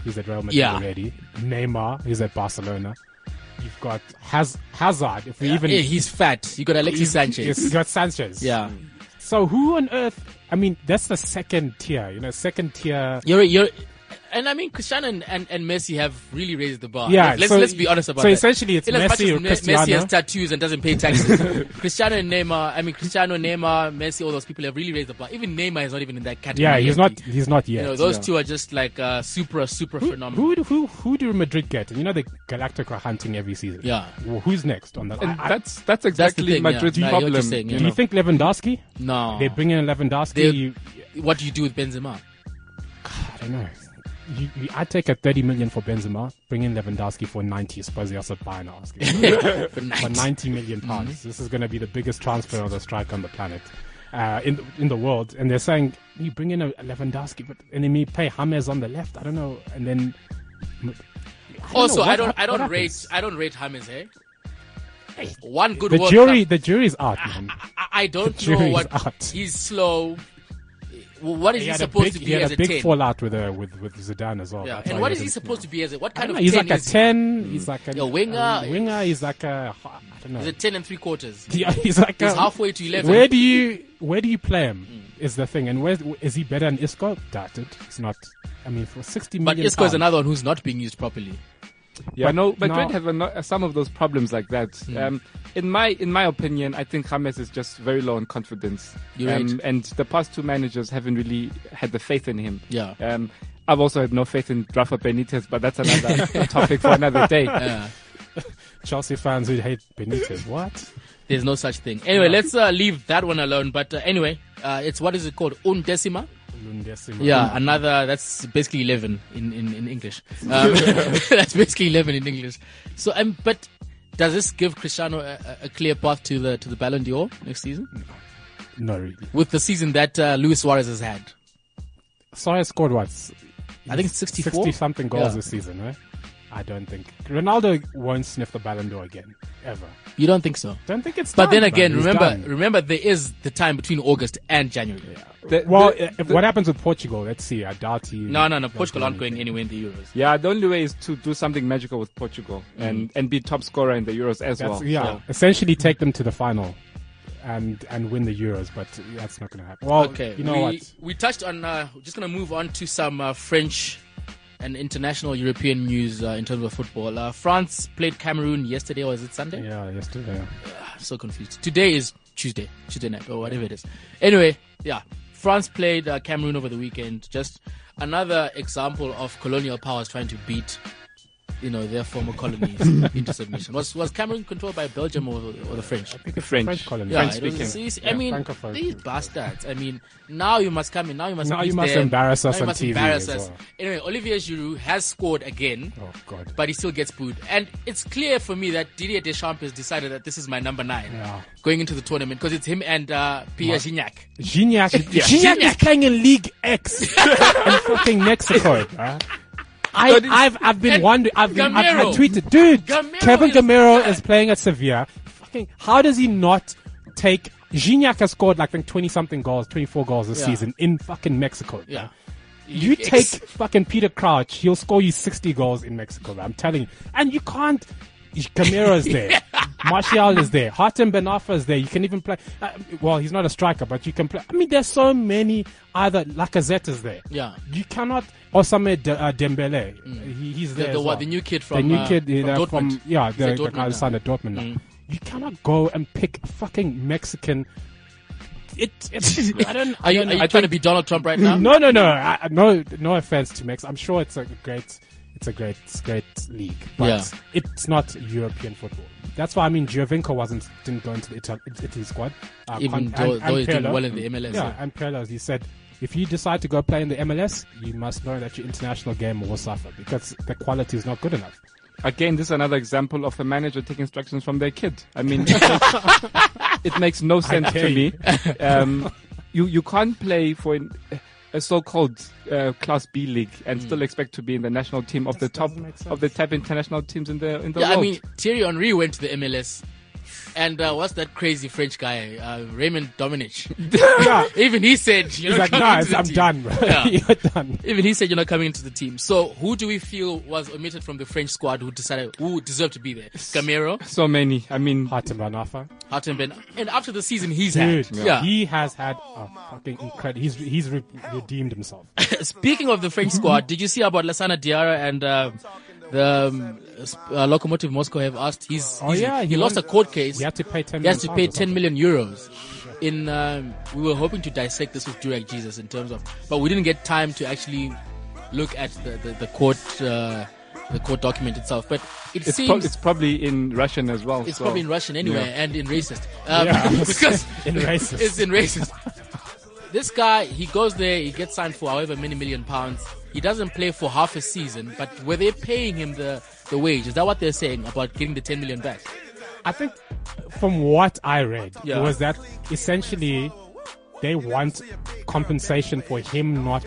Speaker 5: who's at Real Madrid
Speaker 4: Yeah.
Speaker 5: already. Neymar, who's at Barcelona. You've got Haz- Hazard. If we even
Speaker 4: Yeah, he's fat. You got Alexis
Speaker 5: Yes,
Speaker 4: Sanchez.
Speaker 5: you've got Sanchez.
Speaker 4: Yeah.
Speaker 5: So who on earth? I mean, that's the second tier. You know, second tier.
Speaker 4: You're, you're, and I mean, Cristiano and, and, and Messi have really raised the bar.
Speaker 5: Yeah,
Speaker 4: Let's, let's,
Speaker 5: so-
Speaker 4: let's be honest about
Speaker 5: so
Speaker 4: that.
Speaker 5: essentially it's
Speaker 4: In as much
Speaker 5: Messi
Speaker 4: as
Speaker 5: or
Speaker 4: Me- Messi
Speaker 5: Cristiano.
Speaker 4: has tattoos and doesn't pay
Speaker 5: (laughs)
Speaker 4: taxes. Cristiano and Neymar, I mean, Cristiano, Neymar, Messi, all those people have really raised the bar. Even Neymar is not even in that category.
Speaker 5: Yeah,
Speaker 4: yet.
Speaker 5: he's not. He's not yet.
Speaker 4: You know, those two are just like uh, super, super phenomenal.
Speaker 5: Who, do- who who do Madrid get? You know the Galactic are hunting every season.
Speaker 4: Yeah.
Speaker 5: Well, who's next on that?
Speaker 6: And
Speaker 5: I- I-
Speaker 6: that's, that's
Speaker 4: That's the
Speaker 6: exactly
Speaker 4: thing, yeah.
Speaker 6: Madrid's
Speaker 4: No, I hear what you're
Speaker 6: problem.
Speaker 4: saying,
Speaker 6: you
Speaker 4: yeah.
Speaker 5: do you
Speaker 6: know.
Speaker 5: think Lewandowski?
Speaker 4: No.
Speaker 5: They bring in Lewandowski.
Speaker 4: They-
Speaker 5: you,
Speaker 4: what do you do with Benzema?
Speaker 5: I don't know. You, you, I take a thirty million for Benzema. Bring in Lewandowski for ninety. Suppose they also buy
Speaker 4: (laughs)
Speaker 5: an Arsenal for ninety million pounds.
Speaker 4: Mm-hmm.
Speaker 5: This is going to be the biggest transfer of a striker on the planet, uh, in the- in the world. And they're saying you bring in a Lewandowski, but and then you pay James on the left. I don't know. And then
Speaker 4: also,
Speaker 5: what
Speaker 4: Oh, I don't,
Speaker 5: hap-
Speaker 4: I don't
Speaker 5: what
Speaker 4: rate,
Speaker 5: happens?
Speaker 4: I don't rate James. Hey, one good
Speaker 5: the
Speaker 4: World
Speaker 5: jury
Speaker 4: Cup.
Speaker 5: the jury's
Speaker 4: (laughs)
Speaker 5: out, man.
Speaker 4: I, I don't
Speaker 5: the
Speaker 4: know
Speaker 5: jury's
Speaker 4: what
Speaker 5: out.
Speaker 4: he's slow. Well, What is he,
Speaker 5: had a
Speaker 4: supposed
Speaker 5: big-
Speaker 4: to
Speaker 5: he
Speaker 4: be
Speaker 5: had
Speaker 4: as
Speaker 5: a
Speaker 4: a
Speaker 5: big
Speaker 4: ten?
Speaker 5: fallout with uh, with with Zidane as well.
Speaker 4: Yeah.
Speaker 5: That's why
Speaker 4: And what is
Speaker 5: wasn't-
Speaker 4: he supposed to be as a? What
Speaker 5: I
Speaker 4: kind
Speaker 5: don't
Speaker 4: of
Speaker 5: know, he's
Speaker 4: ten
Speaker 5: like a
Speaker 4: is he?
Speaker 5: ten. He's like a,
Speaker 4: A winger.
Speaker 5: a winger. He's like a. I don't know.
Speaker 4: He's a ten and three quarters.
Speaker 5: (laughs) Yeah, he's like
Speaker 4: He's
Speaker 5: a-
Speaker 4: halfway to eleven. Hmm.
Speaker 5: Where do you where do you play him? Is the thing, and where is he better than Isco? Doubted. It's not. I mean, for sixty
Speaker 4: but
Speaker 5: million.
Speaker 4: Isco is
Speaker 5: pounds-
Speaker 4: another one who's not being used properly.
Speaker 6: Yeah,
Speaker 5: But
Speaker 6: no, but
Speaker 5: now-
Speaker 6: Madrid have a, no- uh, some of those problems like that. Um, in my in my opinion, I think James is just very low on confidence.
Speaker 4: You're
Speaker 6: um,
Speaker 4: right.
Speaker 6: And the past two managers haven't really had the faith in him.
Speaker 4: Yeah.
Speaker 6: Um, I've also had no faith in Rafa Benitez, but that's another topic for another day.
Speaker 4: Yeah.
Speaker 5: Chelsea fans who hate Benitez. What?
Speaker 4: There's no such thing. Anyway, let's uh, leave that one alone. But uh, anyway, uh, it's what is it called? Undecima.
Speaker 5: Lundesima.
Speaker 4: Yeah, another. That's basically eleven in in, in English.
Speaker 5: (laughs)
Speaker 4: Um, (laughs) that's basically eleven in English. So, um, but does this give Cristiano a, a- a clear path to the to the Ballon d'Or next season
Speaker 5: No, really.
Speaker 4: with the season that uh, Luis Suarez has had?
Speaker 5: Suarez scored what? S-
Speaker 4: I think 64?
Speaker 5: sixty something goals
Speaker 4: Yeah.
Speaker 5: this season, right? I don't think Ronaldo won't sniff the Ballon d'Or again, ever.
Speaker 4: You don't think so?
Speaker 5: Don't think it's.
Speaker 4: But
Speaker 5: done,
Speaker 4: then
Speaker 5: man.
Speaker 4: again,
Speaker 5: He's
Speaker 4: remember,
Speaker 5: done.
Speaker 4: remember, there is the time between August and January.
Speaker 6: The-
Speaker 5: Well,
Speaker 6: the-
Speaker 5: if- what happens with Portugal? Let's see. I doubt he.
Speaker 4: No, no, no. Portugal aren't going anywhere in the Euros.
Speaker 6: yeah, the only way is to do something magical with Portugal and, and be top scorer in the Euros as
Speaker 5: That's,
Speaker 6: well.
Speaker 5: yeah,
Speaker 6: So-
Speaker 5: essentially take them to the final, and and win the Euros. But that's not going to happen. Well,
Speaker 4: Okay,
Speaker 5: you know
Speaker 4: we,
Speaker 5: what?
Speaker 4: We touched on. Uh, we're just going to move on to some uh, French and international European news uh, in terms of football. Uh, France played Cameroon yesterday, or is it Sunday?
Speaker 5: Yeah, yesterday.
Speaker 4: so confused. Today is Tuesday, Tuesday night, or whatever it is. Anyway, yeah, France played uh, Cameroon over the weekend. Just another example of colonial powers trying to beat, you know, their former
Speaker 5: (laughs)
Speaker 4: colonies into submission. Was was Cameroon controlled by Belgium or, or the French?
Speaker 6: French.
Speaker 5: French colony.
Speaker 4: Yeah,
Speaker 5: French
Speaker 4: it was-
Speaker 5: speaking.
Speaker 4: it's- I
Speaker 5: Yeah,
Speaker 4: mean,
Speaker 5: Francophone.
Speaker 4: these bastards. I mean, now you must come in. Now you must.
Speaker 5: Now
Speaker 4: beat
Speaker 5: you must
Speaker 4: them.
Speaker 5: embarrass us
Speaker 4: now you
Speaker 5: on
Speaker 4: must
Speaker 5: TV
Speaker 4: Embarrass
Speaker 5: as
Speaker 4: us.
Speaker 5: well.
Speaker 4: Anyway, Olivier Giroud has scored again
Speaker 5: Oh God.
Speaker 4: but he still gets booed. And it's clear for me that Didier Deschamps has decided that this is my number nine
Speaker 5: Yeah.
Speaker 4: going into the tournament because it's him and uh, Pierre Gignac.
Speaker 5: Gignac,
Speaker 4: Gignac.
Speaker 5: Gignac is playing in League (laughs) X in fucking Mexico. bruh. I, I've I've been
Speaker 4: and
Speaker 5: wondering. I've, been, I've, I've
Speaker 4: Gamero.
Speaker 5: tweeted, dude.
Speaker 4: Gamero
Speaker 5: Kevin
Speaker 4: is-
Speaker 5: Gamero
Speaker 4: yeah.
Speaker 5: is playing at Sevilla. Fucking, how does he not take? Gignac has scored like I think twenty something goals, twenty four goals this
Speaker 4: Yeah.
Speaker 5: season in fucking Mexico. bruh.
Speaker 4: Yeah.
Speaker 5: You
Speaker 4: Yes.
Speaker 5: take fucking
Speaker 4: (laughs)
Speaker 5: Peter Crouch, he'll score you 60 goals in Mexico. bruh. I'm telling you. And you can't. Gamero is there. Martial is there. Hatem Benafa is there. You can even play. Uh, well, he's not a striker, but you can play. I mean, there's so many other. Lacazette is there.
Speaker 4: Yeah. Mm.
Speaker 5: You cannot. Osame De, uh, Dembele. He, he's
Speaker 4: The,
Speaker 5: there.
Speaker 4: the,
Speaker 5: as
Speaker 4: what,
Speaker 5: well.
Speaker 4: the new kid
Speaker 5: The
Speaker 4: from
Speaker 5: new
Speaker 4: uh,
Speaker 5: kid
Speaker 4: from
Speaker 5: uh,
Speaker 4: Dortmund.
Speaker 5: from yeah,
Speaker 4: He's at
Speaker 5: the,
Speaker 4: Dortmund
Speaker 5: the
Speaker 4: now. Mm.
Speaker 5: Alexander Dortmund. Now. You cannot go and pick a fucking Mexican. It, it (laughs) I don't.
Speaker 4: Are you,
Speaker 5: I
Speaker 4: are
Speaker 5: don't
Speaker 4: you
Speaker 5: know.
Speaker 4: trying to be Donald Trump right now?
Speaker 5: No, no, no, I, I- no, no offense to Mex. I'm sure it's a great, it's a great, it's a great league, but
Speaker 4: Yeah.
Speaker 5: it's not European football. That's why I mean Giovinco wasn't didn't go into the Italy, Italy squad. Uh,
Speaker 4: Even
Speaker 5: Con-
Speaker 4: though,
Speaker 5: and-
Speaker 4: though
Speaker 5: and
Speaker 4: he's doing
Speaker 5: Pirlo-
Speaker 4: well in the MLS.
Speaker 5: yeah, and Pelos, he said, if you decide to go play in the MLS, you must know that your international game will suffer because the quality is not good enough.
Speaker 6: Again, this is another example of a manager taking instructions from their kid. I mean, (laughs) it makes- it makes no sense
Speaker 5: dare
Speaker 6: to me. Um, you you can't play for an, a so-called uh, Class B league and
Speaker 4: Hmm.
Speaker 6: still expect to be in the national team of the top
Speaker 5: doesn't make sense.
Speaker 6: of the top international teams in the in the
Speaker 4: Yeah,
Speaker 6: world.
Speaker 4: I mean, Thierry Henry went to the MLS. And uh, what's that crazy French guy, uh, Raymond Dominic? Even he said, "You're not
Speaker 5: He's like,
Speaker 4: coming
Speaker 5: nah,
Speaker 4: into the
Speaker 5: I'm
Speaker 4: team."
Speaker 5: done, bro.
Speaker 4: Yeah.
Speaker 5: (laughs) You're done.
Speaker 4: Even he said, "You're not coming into the team." So, who do we feel was omitted from the French squad who decided who deserved to be there? Gamero,
Speaker 6: so many. I mean,
Speaker 5: Hatem Banafa.
Speaker 4: Hatem Ben, and after the season he's
Speaker 5: Dude,
Speaker 4: had, yeah.
Speaker 5: he has had a fucking incredible. He's he's re- redeemed himself.
Speaker 4: Speaking of the French
Speaker 5: Mm-hmm.
Speaker 4: squad, did you see about Lasana Diarra and uh, the um, sp- uh, Lokomotiv Moscow have asked? He's,
Speaker 5: Oh,
Speaker 4: he's-
Speaker 5: yeah,
Speaker 4: he,
Speaker 5: he
Speaker 4: lost a
Speaker 5: won-
Speaker 4: court case.
Speaker 5: He had to pay 10
Speaker 4: He has to
Speaker 5: million
Speaker 4: pay
Speaker 5: pounds or
Speaker 4: 10 million euros. In um, we were hoping to dissect this with Durek Jesus in terms of, but we didn't get time to actually look at the the, the court uh, the court document itself. But it
Speaker 6: it's,
Speaker 4: seems
Speaker 6: pro- it's probably in Russian as well.
Speaker 4: it's
Speaker 6: so-
Speaker 4: probably in Russian anyway
Speaker 6: Yeah.
Speaker 4: and in racist. Um, (laughs)
Speaker 5: Yeah.
Speaker 6: (laughs)
Speaker 4: because
Speaker 5: In
Speaker 4: (laughs)
Speaker 5: racist.
Speaker 4: It's in racist. This guy, he goes there, he gets signed for however many million pounds. He doesn't play for half a season, but were they paying him the, the wage? Is that what they're saying about getting the 10 million back?
Speaker 5: I think from what I read
Speaker 4: Yeah.
Speaker 5: was that essentially they want compensation for him not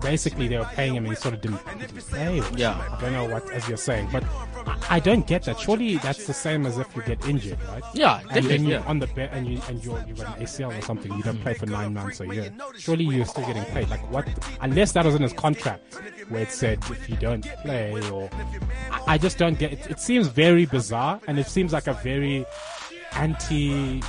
Speaker 5: basically they were paying him and he sort of didn't didn't play.
Speaker 4: Yeah.
Speaker 5: I don't know what as you're saying, but I- I don't get that. Surely that's the same as if you get injured, right?
Speaker 4: Yeah,
Speaker 5: And then
Speaker 4: definitely,
Speaker 5: you're
Speaker 4: yeah.
Speaker 5: on the bed and you and you're you got an ACL or something, you don't play for nine months or a year. Surely you're still getting paid. Like what unless that was in his contract where it said if you don't play or I- I just don't get it. It seems very bizarre and it seems like a very anti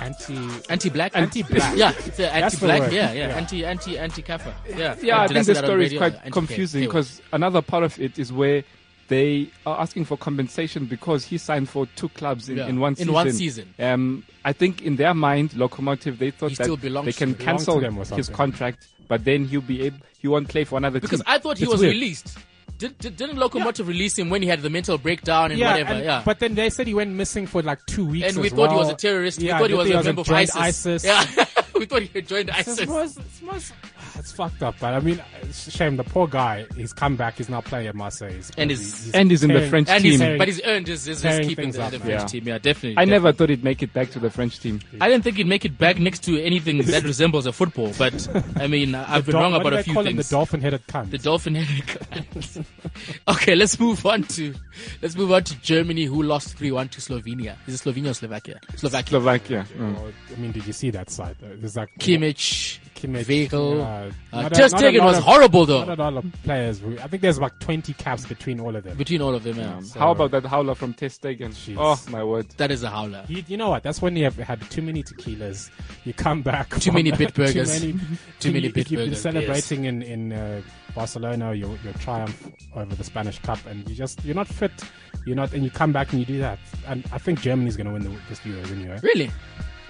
Speaker 5: anti
Speaker 4: Anti black?
Speaker 5: Anti-black.
Speaker 4: Yeah, it's anti
Speaker 5: the
Speaker 4: black.
Speaker 5: word.
Speaker 4: Yeah, yeah,
Speaker 5: Yeah.
Speaker 4: Anti anti anti kaffa. Yeah.
Speaker 6: yeah,
Speaker 4: Or
Speaker 6: I
Speaker 4: did
Speaker 6: think
Speaker 4: say
Speaker 6: the
Speaker 4: that on
Speaker 6: story is
Speaker 4: radio?
Speaker 6: quite
Speaker 4: Anti-K.
Speaker 6: confusing
Speaker 4: Anyway.
Speaker 6: because another part of it is where they are asking for compensation because he signed for two clubs in,
Speaker 4: Yeah,
Speaker 6: in one
Speaker 4: in
Speaker 6: season.
Speaker 4: one season.
Speaker 6: Um, I think in their mind, Locomotive, they thought
Speaker 4: He
Speaker 6: that
Speaker 4: still belongs
Speaker 6: they
Speaker 4: to
Speaker 6: can
Speaker 4: them.
Speaker 5: Belongs to
Speaker 6: cancel
Speaker 5: them or
Speaker 6: his
Speaker 5: something.
Speaker 6: contract, but then he'll be able, he won't play for another
Speaker 4: Because
Speaker 6: team.
Speaker 4: I thought he
Speaker 5: It's
Speaker 4: was
Speaker 5: weird.
Speaker 4: released. Did, did, didn't Lokomotiv release him when he had the mental breakdown and whatever?
Speaker 5: and-
Speaker 4: yeah.
Speaker 5: But then they said he went missing for like two weeks.
Speaker 4: and we
Speaker 5: as
Speaker 4: thought he was
Speaker 5: well.
Speaker 4: a terrorist.
Speaker 5: Yeah,
Speaker 4: we thought
Speaker 5: they
Speaker 4: he was
Speaker 5: thought
Speaker 4: a member of
Speaker 5: joined
Speaker 4: ISIS. Yeah, (laughs) we thought he had joined
Speaker 5: It's,
Speaker 4: ISIS.
Speaker 5: it's- it's- it's- (sighs) it's fucked up, but I mean, it's a shame. The poor guy, he's come back. He's now playing at Marseille. He's
Speaker 4: And
Speaker 5: gonna
Speaker 4: he's-
Speaker 5: be-
Speaker 6: and he's in the
Speaker 5: tearing-
Speaker 6: French
Speaker 4: And he's,
Speaker 6: team.
Speaker 4: but he's earned his, his, his
Speaker 5: Tearing
Speaker 4: keep in
Speaker 5: things
Speaker 4: the,
Speaker 5: up,
Speaker 4: the French
Speaker 6: yeah.
Speaker 4: team. Yeah, definitely.
Speaker 6: I
Speaker 4: definitely.
Speaker 6: never thought he'd make it back to the French team.
Speaker 4: I didn't think he'd make it back next to anything that resembles a football. But I mean, I've been
Speaker 5: Dol-
Speaker 4: wrong
Speaker 5: what
Speaker 4: about
Speaker 5: do
Speaker 4: a
Speaker 5: they
Speaker 4: few
Speaker 5: call him?
Speaker 4: things.
Speaker 5: The dolphin-headed cunt.
Speaker 4: The dolphin. (laughs) okay, let's move on to let's move on to Germany, who lost three one to Slovenia. Is it Slovenia or Slovakia? Slovakia.
Speaker 6: Slovakia. Mm.
Speaker 5: Or- Oh, I mean, did you see that side? Uh, There's like
Speaker 4: Kimmich,
Speaker 5: Kimmich,
Speaker 4: Weigl.
Speaker 5: uh,
Speaker 4: Uh,
Speaker 5: not a-
Speaker 4: Ter
Speaker 5: not a
Speaker 4: Stegen
Speaker 5: lot
Speaker 4: was
Speaker 5: of-
Speaker 4: horrible
Speaker 5: Not
Speaker 4: though.
Speaker 5: at all of players. who- I think there's like 20 caps between all of them.
Speaker 4: Between all of them, yeah.
Speaker 6: How about that howler from Testegen? Oh, my word.
Speaker 4: that is a howler.
Speaker 5: You, you know what? That's when you have had too many tequilas. You come back.
Speaker 4: Too many
Speaker 5: from-
Speaker 4: bit burgers.
Speaker 5: (laughs) too many,
Speaker 4: Too many
Speaker 5: if
Speaker 4: bit
Speaker 5: You've been
Speaker 4: burgers,
Speaker 5: celebrating in in uh, Barcelona your your triumph over the Spanish Cup, and you just you're not fit. You're not, and you come back and you do that. And I think Germany's going to win the, this Euro anyway.
Speaker 4: Really?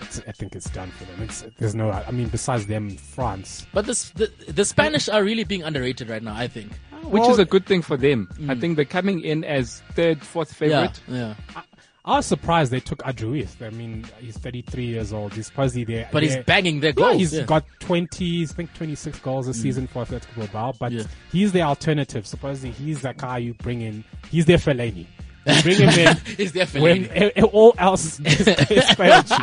Speaker 5: It's, I think it's done for them. It's, there's no. I mean, besides them, France.
Speaker 4: But this, the, the Spanish are really being underrated right now, I think.
Speaker 6: Which is a good thing for them. I think they're coming in as third, fourth
Speaker 4: Mm. Yeah,
Speaker 6: favorite.
Speaker 4: yeah.
Speaker 5: I was surprised they took Adruis. I mean, he's 33 years old. He's supposedly there.
Speaker 4: But he's
Speaker 5: there-
Speaker 4: banging their
Speaker 5: Yeah,
Speaker 4: goals.
Speaker 5: he's
Speaker 4: yeah. Mm.
Speaker 5: got 20, I think 26 goals this season for Athletic Bilbao, but
Speaker 4: Yeah.
Speaker 5: he's the alternative. Supposedly, he's the guy you bring in. He's their Fellaini.
Speaker 4: (laughs)
Speaker 5: You bring him in
Speaker 4: He's definitely. (laughs)
Speaker 5: when e- e- all else is is failed you.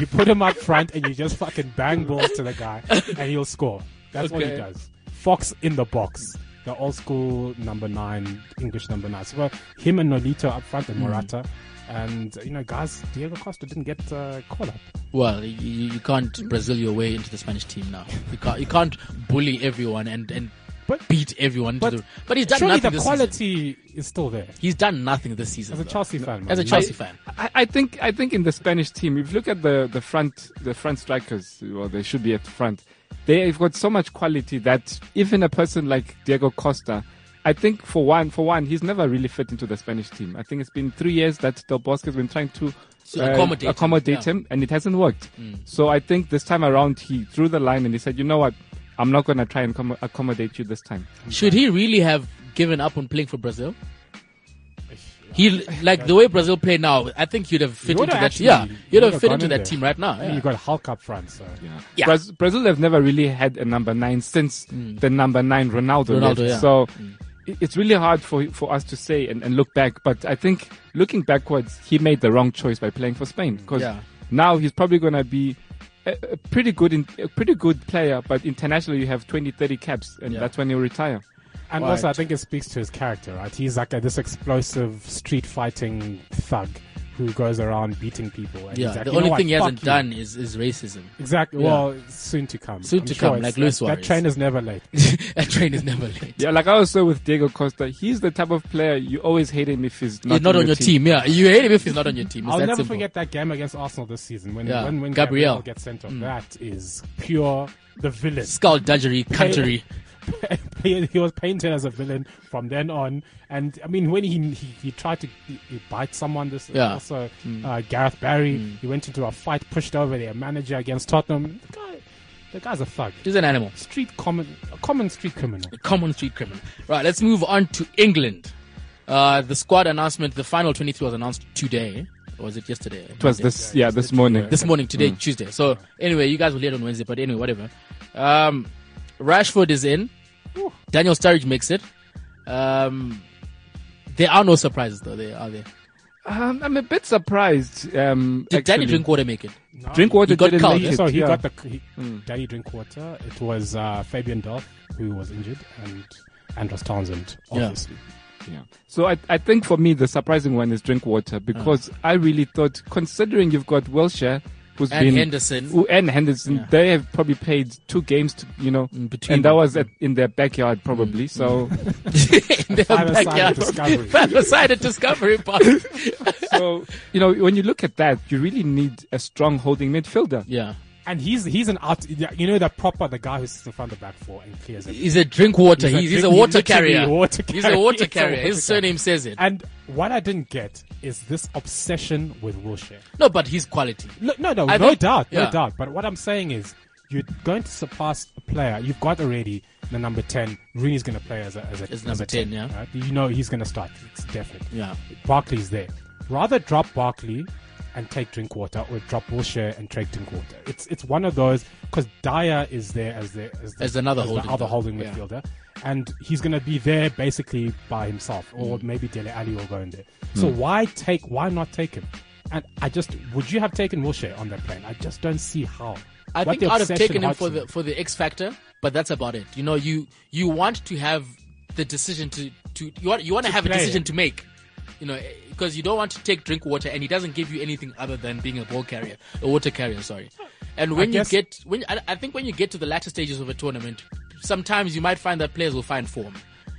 Speaker 5: You put him up front and you just fucking bang balls to the guy and he'll score. That's all he
Speaker 6: Okay.
Speaker 5: does. Fox in the box. The old school number nine, English number nine. So well, him and Nolito up front
Speaker 4: Hmm.
Speaker 5: and Morata. And, you know, guys, Diego Costa didn't get uh, call up.
Speaker 4: well, you, you can't Brazil your way into the Spanish team now. You can't, you can't bully everyone and, and
Speaker 5: But-
Speaker 4: beat everyone.
Speaker 5: but
Speaker 4: to the, but he's done
Speaker 5: surely
Speaker 4: nothing
Speaker 5: the
Speaker 4: this season.
Speaker 5: quality is still there.
Speaker 4: He's done nothing this season.
Speaker 5: As a
Speaker 4: though.
Speaker 5: Chelsea fan, man.
Speaker 4: as a
Speaker 5: you-
Speaker 4: Chelsea fan,
Speaker 6: I, I think I think in the Spanish team, if you look at the, the front the front strikers, well, they should be at the front. They've got so much quality that even a person like Diego Costa, I think for one for one, he's never really fit into the Spanish team. I think it's been three years that Del Bosque has been trying to, uh,
Speaker 4: To accommodate him,
Speaker 6: accommodate
Speaker 4: yeah. Mm.
Speaker 6: him, and it hasn't worked. So I think this time around, he drew the line and he said, you know what, I'm not going to try and com- accommodate you this time.
Speaker 4: should he really have given up on playing for Brazil? He like the way Brazil play now. I think you'd have fit
Speaker 5: would've
Speaker 4: into that.
Speaker 5: actually-
Speaker 4: yeah,
Speaker 5: you
Speaker 4: you'd have
Speaker 5: would've
Speaker 4: fit
Speaker 5: gone
Speaker 4: into
Speaker 5: in
Speaker 4: that
Speaker 5: there.
Speaker 4: team right now.
Speaker 5: And
Speaker 4: yeah.
Speaker 5: you got Hulk up front, so yeah.
Speaker 4: Yeah. Mm.
Speaker 6: Braz- Brazil have never really had a number nine since the number nine Ronaldo.
Speaker 4: Ronaldo,
Speaker 6: left.
Speaker 4: yeah. Mm.
Speaker 6: So i- it's really hard for for us to say and, and look back. But I think looking backwards, he made the wrong choice by playing for Spain because
Speaker 4: Yeah.
Speaker 6: now he's probably going to be a, a pretty good in, a pretty good player. But internationally, you have 20, 30 caps, and
Speaker 4: Yeah.
Speaker 6: that's when you retire.
Speaker 5: And also, I think it speaks to his character, right? He's like a, this explosive street fighting thug who goes around beating people. And
Speaker 4: Yeah,
Speaker 5: he's like,
Speaker 4: the
Speaker 5: "You know
Speaker 4: only
Speaker 5: what?
Speaker 4: thing he hasn't
Speaker 5: Fuck you."
Speaker 4: done is, is racism. (laughs)
Speaker 5: Exactly.
Speaker 4: Yeah.
Speaker 5: Well, soon to come.
Speaker 4: Soon
Speaker 5: I'm
Speaker 4: to
Speaker 5: sure
Speaker 4: come,
Speaker 5: it's-
Speaker 4: like Luis
Speaker 5: that-
Speaker 4: Suarez.
Speaker 5: That train is never late.
Speaker 4: that train is never
Speaker 5: (laughs)
Speaker 4: late.
Speaker 6: Yeah, like I was saying with Diego Costa, he's the type of player you always hate him if he's not,
Speaker 4: He's not on your team. Yeah, you hate him if he's not on your team. It's
Speaker 5: I'll
Speaker 4: that
Speaker 5: never
Speaker 4: simple.
Speaker 5: forget that game against Arsenal this season when
Speaker 4: Yeah.
Speaker 5: when, when
Speaker 4: Gabriel. Mm.
Speaker 5: Gabriel. gets sent off. That is pure the villain.
Speaker 4: Skullduggery, country.
Speaker 5: he, (laughs) he was painted as a villain from then on, and I mean when he he, he tried to he, he bite someone. This
Speaker 4: Yeah. Hmm.
Speaker 5: also uh, Gareth Barry. He went into a fight, pushed over their manager against Tottenham. The guy, the guy's a thug.
Speaker 4: He's an animal.
Speaker 5: Street common, a common street criminal.
Speaker 4: common street criminal. Right, let's move on to England. Uh, the squad announcement, the final 23 was announced today. Or was it yesterday?
Speaker 6: It was this yeah this morning.
Speaker 4: This morning, today,
Speaker 5: Mm.
Speaker 4: Tuesday. So, anyway, you guys will hear it on Wednesday, but anyway, whatever. Um, Rashford is in. Daniel Sturridge makes it. Um, there are no surprises, though. They are there.
Speaker 6: Um, I'm a bit surprised. Um,
Speaker 4: Did Danny
Speaker 6: actually.
Speaker 4: Drinkwater make
Speaker 5: (laughs)
Speaker 4: it?
Speaker 6: Drinkwater
Speaker 4: He got
Speaker 6: didn't
Speaker 4: called,
Speaker 6: make
Speaker 4: yeah? Hmm.
Speaker 6: it,
Speaker 5: so he
Speaker 6: yeah.
Speaker 5: got the he, Danny Drinkwater. It was uh, Fabian Delph who was injured and Andros Townsend,
Speaker 4: Yeah.
Speaker 5: obviously.
Speaker 6: Yeah. So I, I think for me the surprising one is drink water because I really thought considering you've got Wilshire who's
Speaker 4: And
Speaker 6: been
Speaker 4: Henderson.
Speaker 6: who- and Henderson they have probably played two games to, you know
Speaker 4: between
Speaker 6: and that
Speaker 4: them.
Speaker 6: was at, in their
Speaker 5: Mm.
Speaker 6: backyard probably so
Speaker 4: in their
Speaker 5: Five-a-side
Speaker 4: backyard. (laughs)
Speaker 5: discovery.
Speaker 4: Five-a-sided discovery park.
Speaker 6: (laughs)
Speaker 5: (laughs)
Speaker 6: so you know when you look at that you really need a strong holding midfielder
Speaker 4: yeah.
Speaker 5: And he's he's an out. You know the proper the guy who sits in front of the back four and clears it.
Speaker 4: He's a drink water. He's,
Speaker 5: He's a
Speaker 4: he's, a
Speaker 5: drink-
Speaker 4: water
Speaker 5: literally
Speaker 4: carrier.
Speaker 5: water
Speaker 4: He's
Speaker 5: carrier. (laughs)
Speaker 4: a
Speaker 5: He's
Speaker 4: water
Speaker 5: a
Speaker 4: carrier.
Speaker 5: water
Speaker 4: His surname says it.
Speaker 5: And what I didn't get is this obsession with Wilshire.
Speaker 4: No, but his quality.
Speaker 5: Look, no, no,
Speaker 4: I
Speaker 5: no
Speaker 4: think-
Speaker 5: doubt,
Speaker 4: yeah.
Speaker 5: no doubt. But what I'm saying is, you're going to surpass a player. You've got already the number ten. Rooney's going to play as a as a as
Speaker 4: number
Speaker 5: a
Speaker 4: 10, yeah.
Speaker 5: right? You know he's going to start. It's definite.
Speaker 4: Yeah.
Speaker 5: Barkley's there. Rather drop Barkley and take Drinkwater, or drop Wilshire and take Drinkwater. It's it's one of those because Dyer is there as the as, the,
Speaker 4: As another
Speaker 5: the
Speaker 4: holding
Speaker 5: other
Speaker 4: guard,
Speaker 5: holding
Speaker 4: yeah.
Speaker 5: midfielder, and he's going to be there basically by himself,
Speaker 4: Mm.
Speaker 5: or maybe Dele Ali will go in there. So why take? Why not take him? And I just would you have taken Wilshire on that plane? I just don't see how.
Speaker 4: I
Speaker 5: What
Speaker 4: think
Speaker 5: the
Speaker 4: I'd have
Speaker 5: obsession
Speaker 4: taken him for
Speaker 5: Hodgson-
Speaker 4: the for the X factor, but that's about it. You know, you you want to have the decision to to you want you want to, have a
Speaker 5: play
Speaker 4: decision
Speaker 5: it.
Speaker 4: to make. You know, because you don't want to take drink water, and he doesn't give you anything other than being a ball carrier, a water carrier. Sorry. And when
Speaker 5: guess-
Speaker 4: you get when I, I think when you get to the latter stages of a tournament, sometimes you might find that players will find form.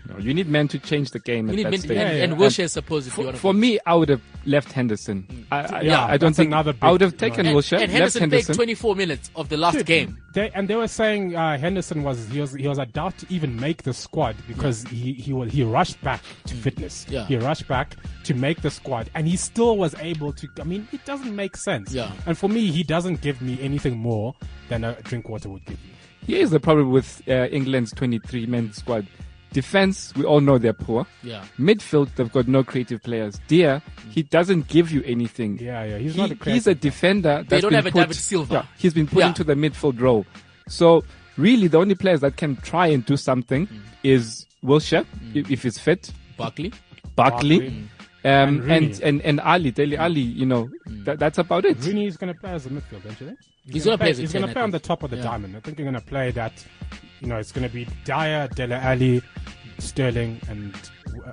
Speaker 6: No, you need men to change the game
Speaker 4: You
Speaker 6: at
Speaker 4: need
Speaker 6: that
Speaker 4: men,
Speaker 6: stage.
Speaker 4: and,
Speaker 5: yeah.
Speaker 4: and Wilshere supposedly
Speaker 6: For,
Speaker 4: one of
Speaker 6: for
Speaker 4: them.
Speaker 6: me, I would have left Henderson. I, I,
Speaker 5: Mm. Yeah,
Speaker 6: I don't
Speaker 5: that's
Speaker 6: think
Speaker 5: another big-
Speaker 6: I would have taken
Speaker 4: and,
Speaker 6: Wilshire,
Speaker 4: and
Speaker 6: left
Speaker 4: Henderson played
Speaker 6: Henderson.
Speaker 4: 24 minutes of the last game.
Speaker 5: They, and they were saying uh, Henderson was he was he was a doubt to even make the squad because he he was he rushed back to fitness.
Speaker 4: Mm. Yeah.
Speaker 5: He rushed back to make the squad, and he still was able to. I mean, it doesn't make sense.
Speaker 4: Yeah.
Speaker 5: And for me, he doesn't give me anything more than a drink water would give me.
Speaker 6: Here's the problem with uh, England's 23 men squad. Defense, we all know they're poor.
Speaker 4: Yeah. Mm.
Speaker 6: Midfield, they've got no creative players. Deer, he doesn't give you anything.
Speaker 5: Yeah, yeah, he's
Speaker 6: He-
Speaker 5: not a
Speaker 6: He's a
Speaker 5: creative
Speaker 6: defender. that's
Speaker 4: don't
Speaker 6: been
Speaker 4: have a
Speaker 6: put-
Speaker 4: David Silva.
Speaker 6: Yeah, he's been put
Speaker 4: Yeah.
Speaker 6: into the midfield role. So really, the only players that can try and do something
Speaker 4: Mm.
Speaker 6: is Wilshire, if, if he's fit.
Speaker 4: Barkley.
Speaker 6: Barkley. Um,
Speaker 5: And
Speaker 6: and,
Speaker 5: Rooney.
Speaker 6: and, and, Ali, Deli
Speaker 4: Mm.
Speaker 6: Ali, you know, that, that's about it.
Speaker 5: Rooney is going to play as a midfield, don't you think?
Speaker 4: He's gonna
Speaker 5: gonna
Speaker 4: play as a
Speaker 5: He's
Speaker 4: 10,
Speaker 5: going
Speaker 4: I
Speaker 5: to play on the
Speaker 4: think.
Speaker 5: top of the
Speaker 4: Yeah.
Speaker 5: diamond. I think they're going to play that. You know, it's going to be Dyer, Dele Ali, Sterling, and uh,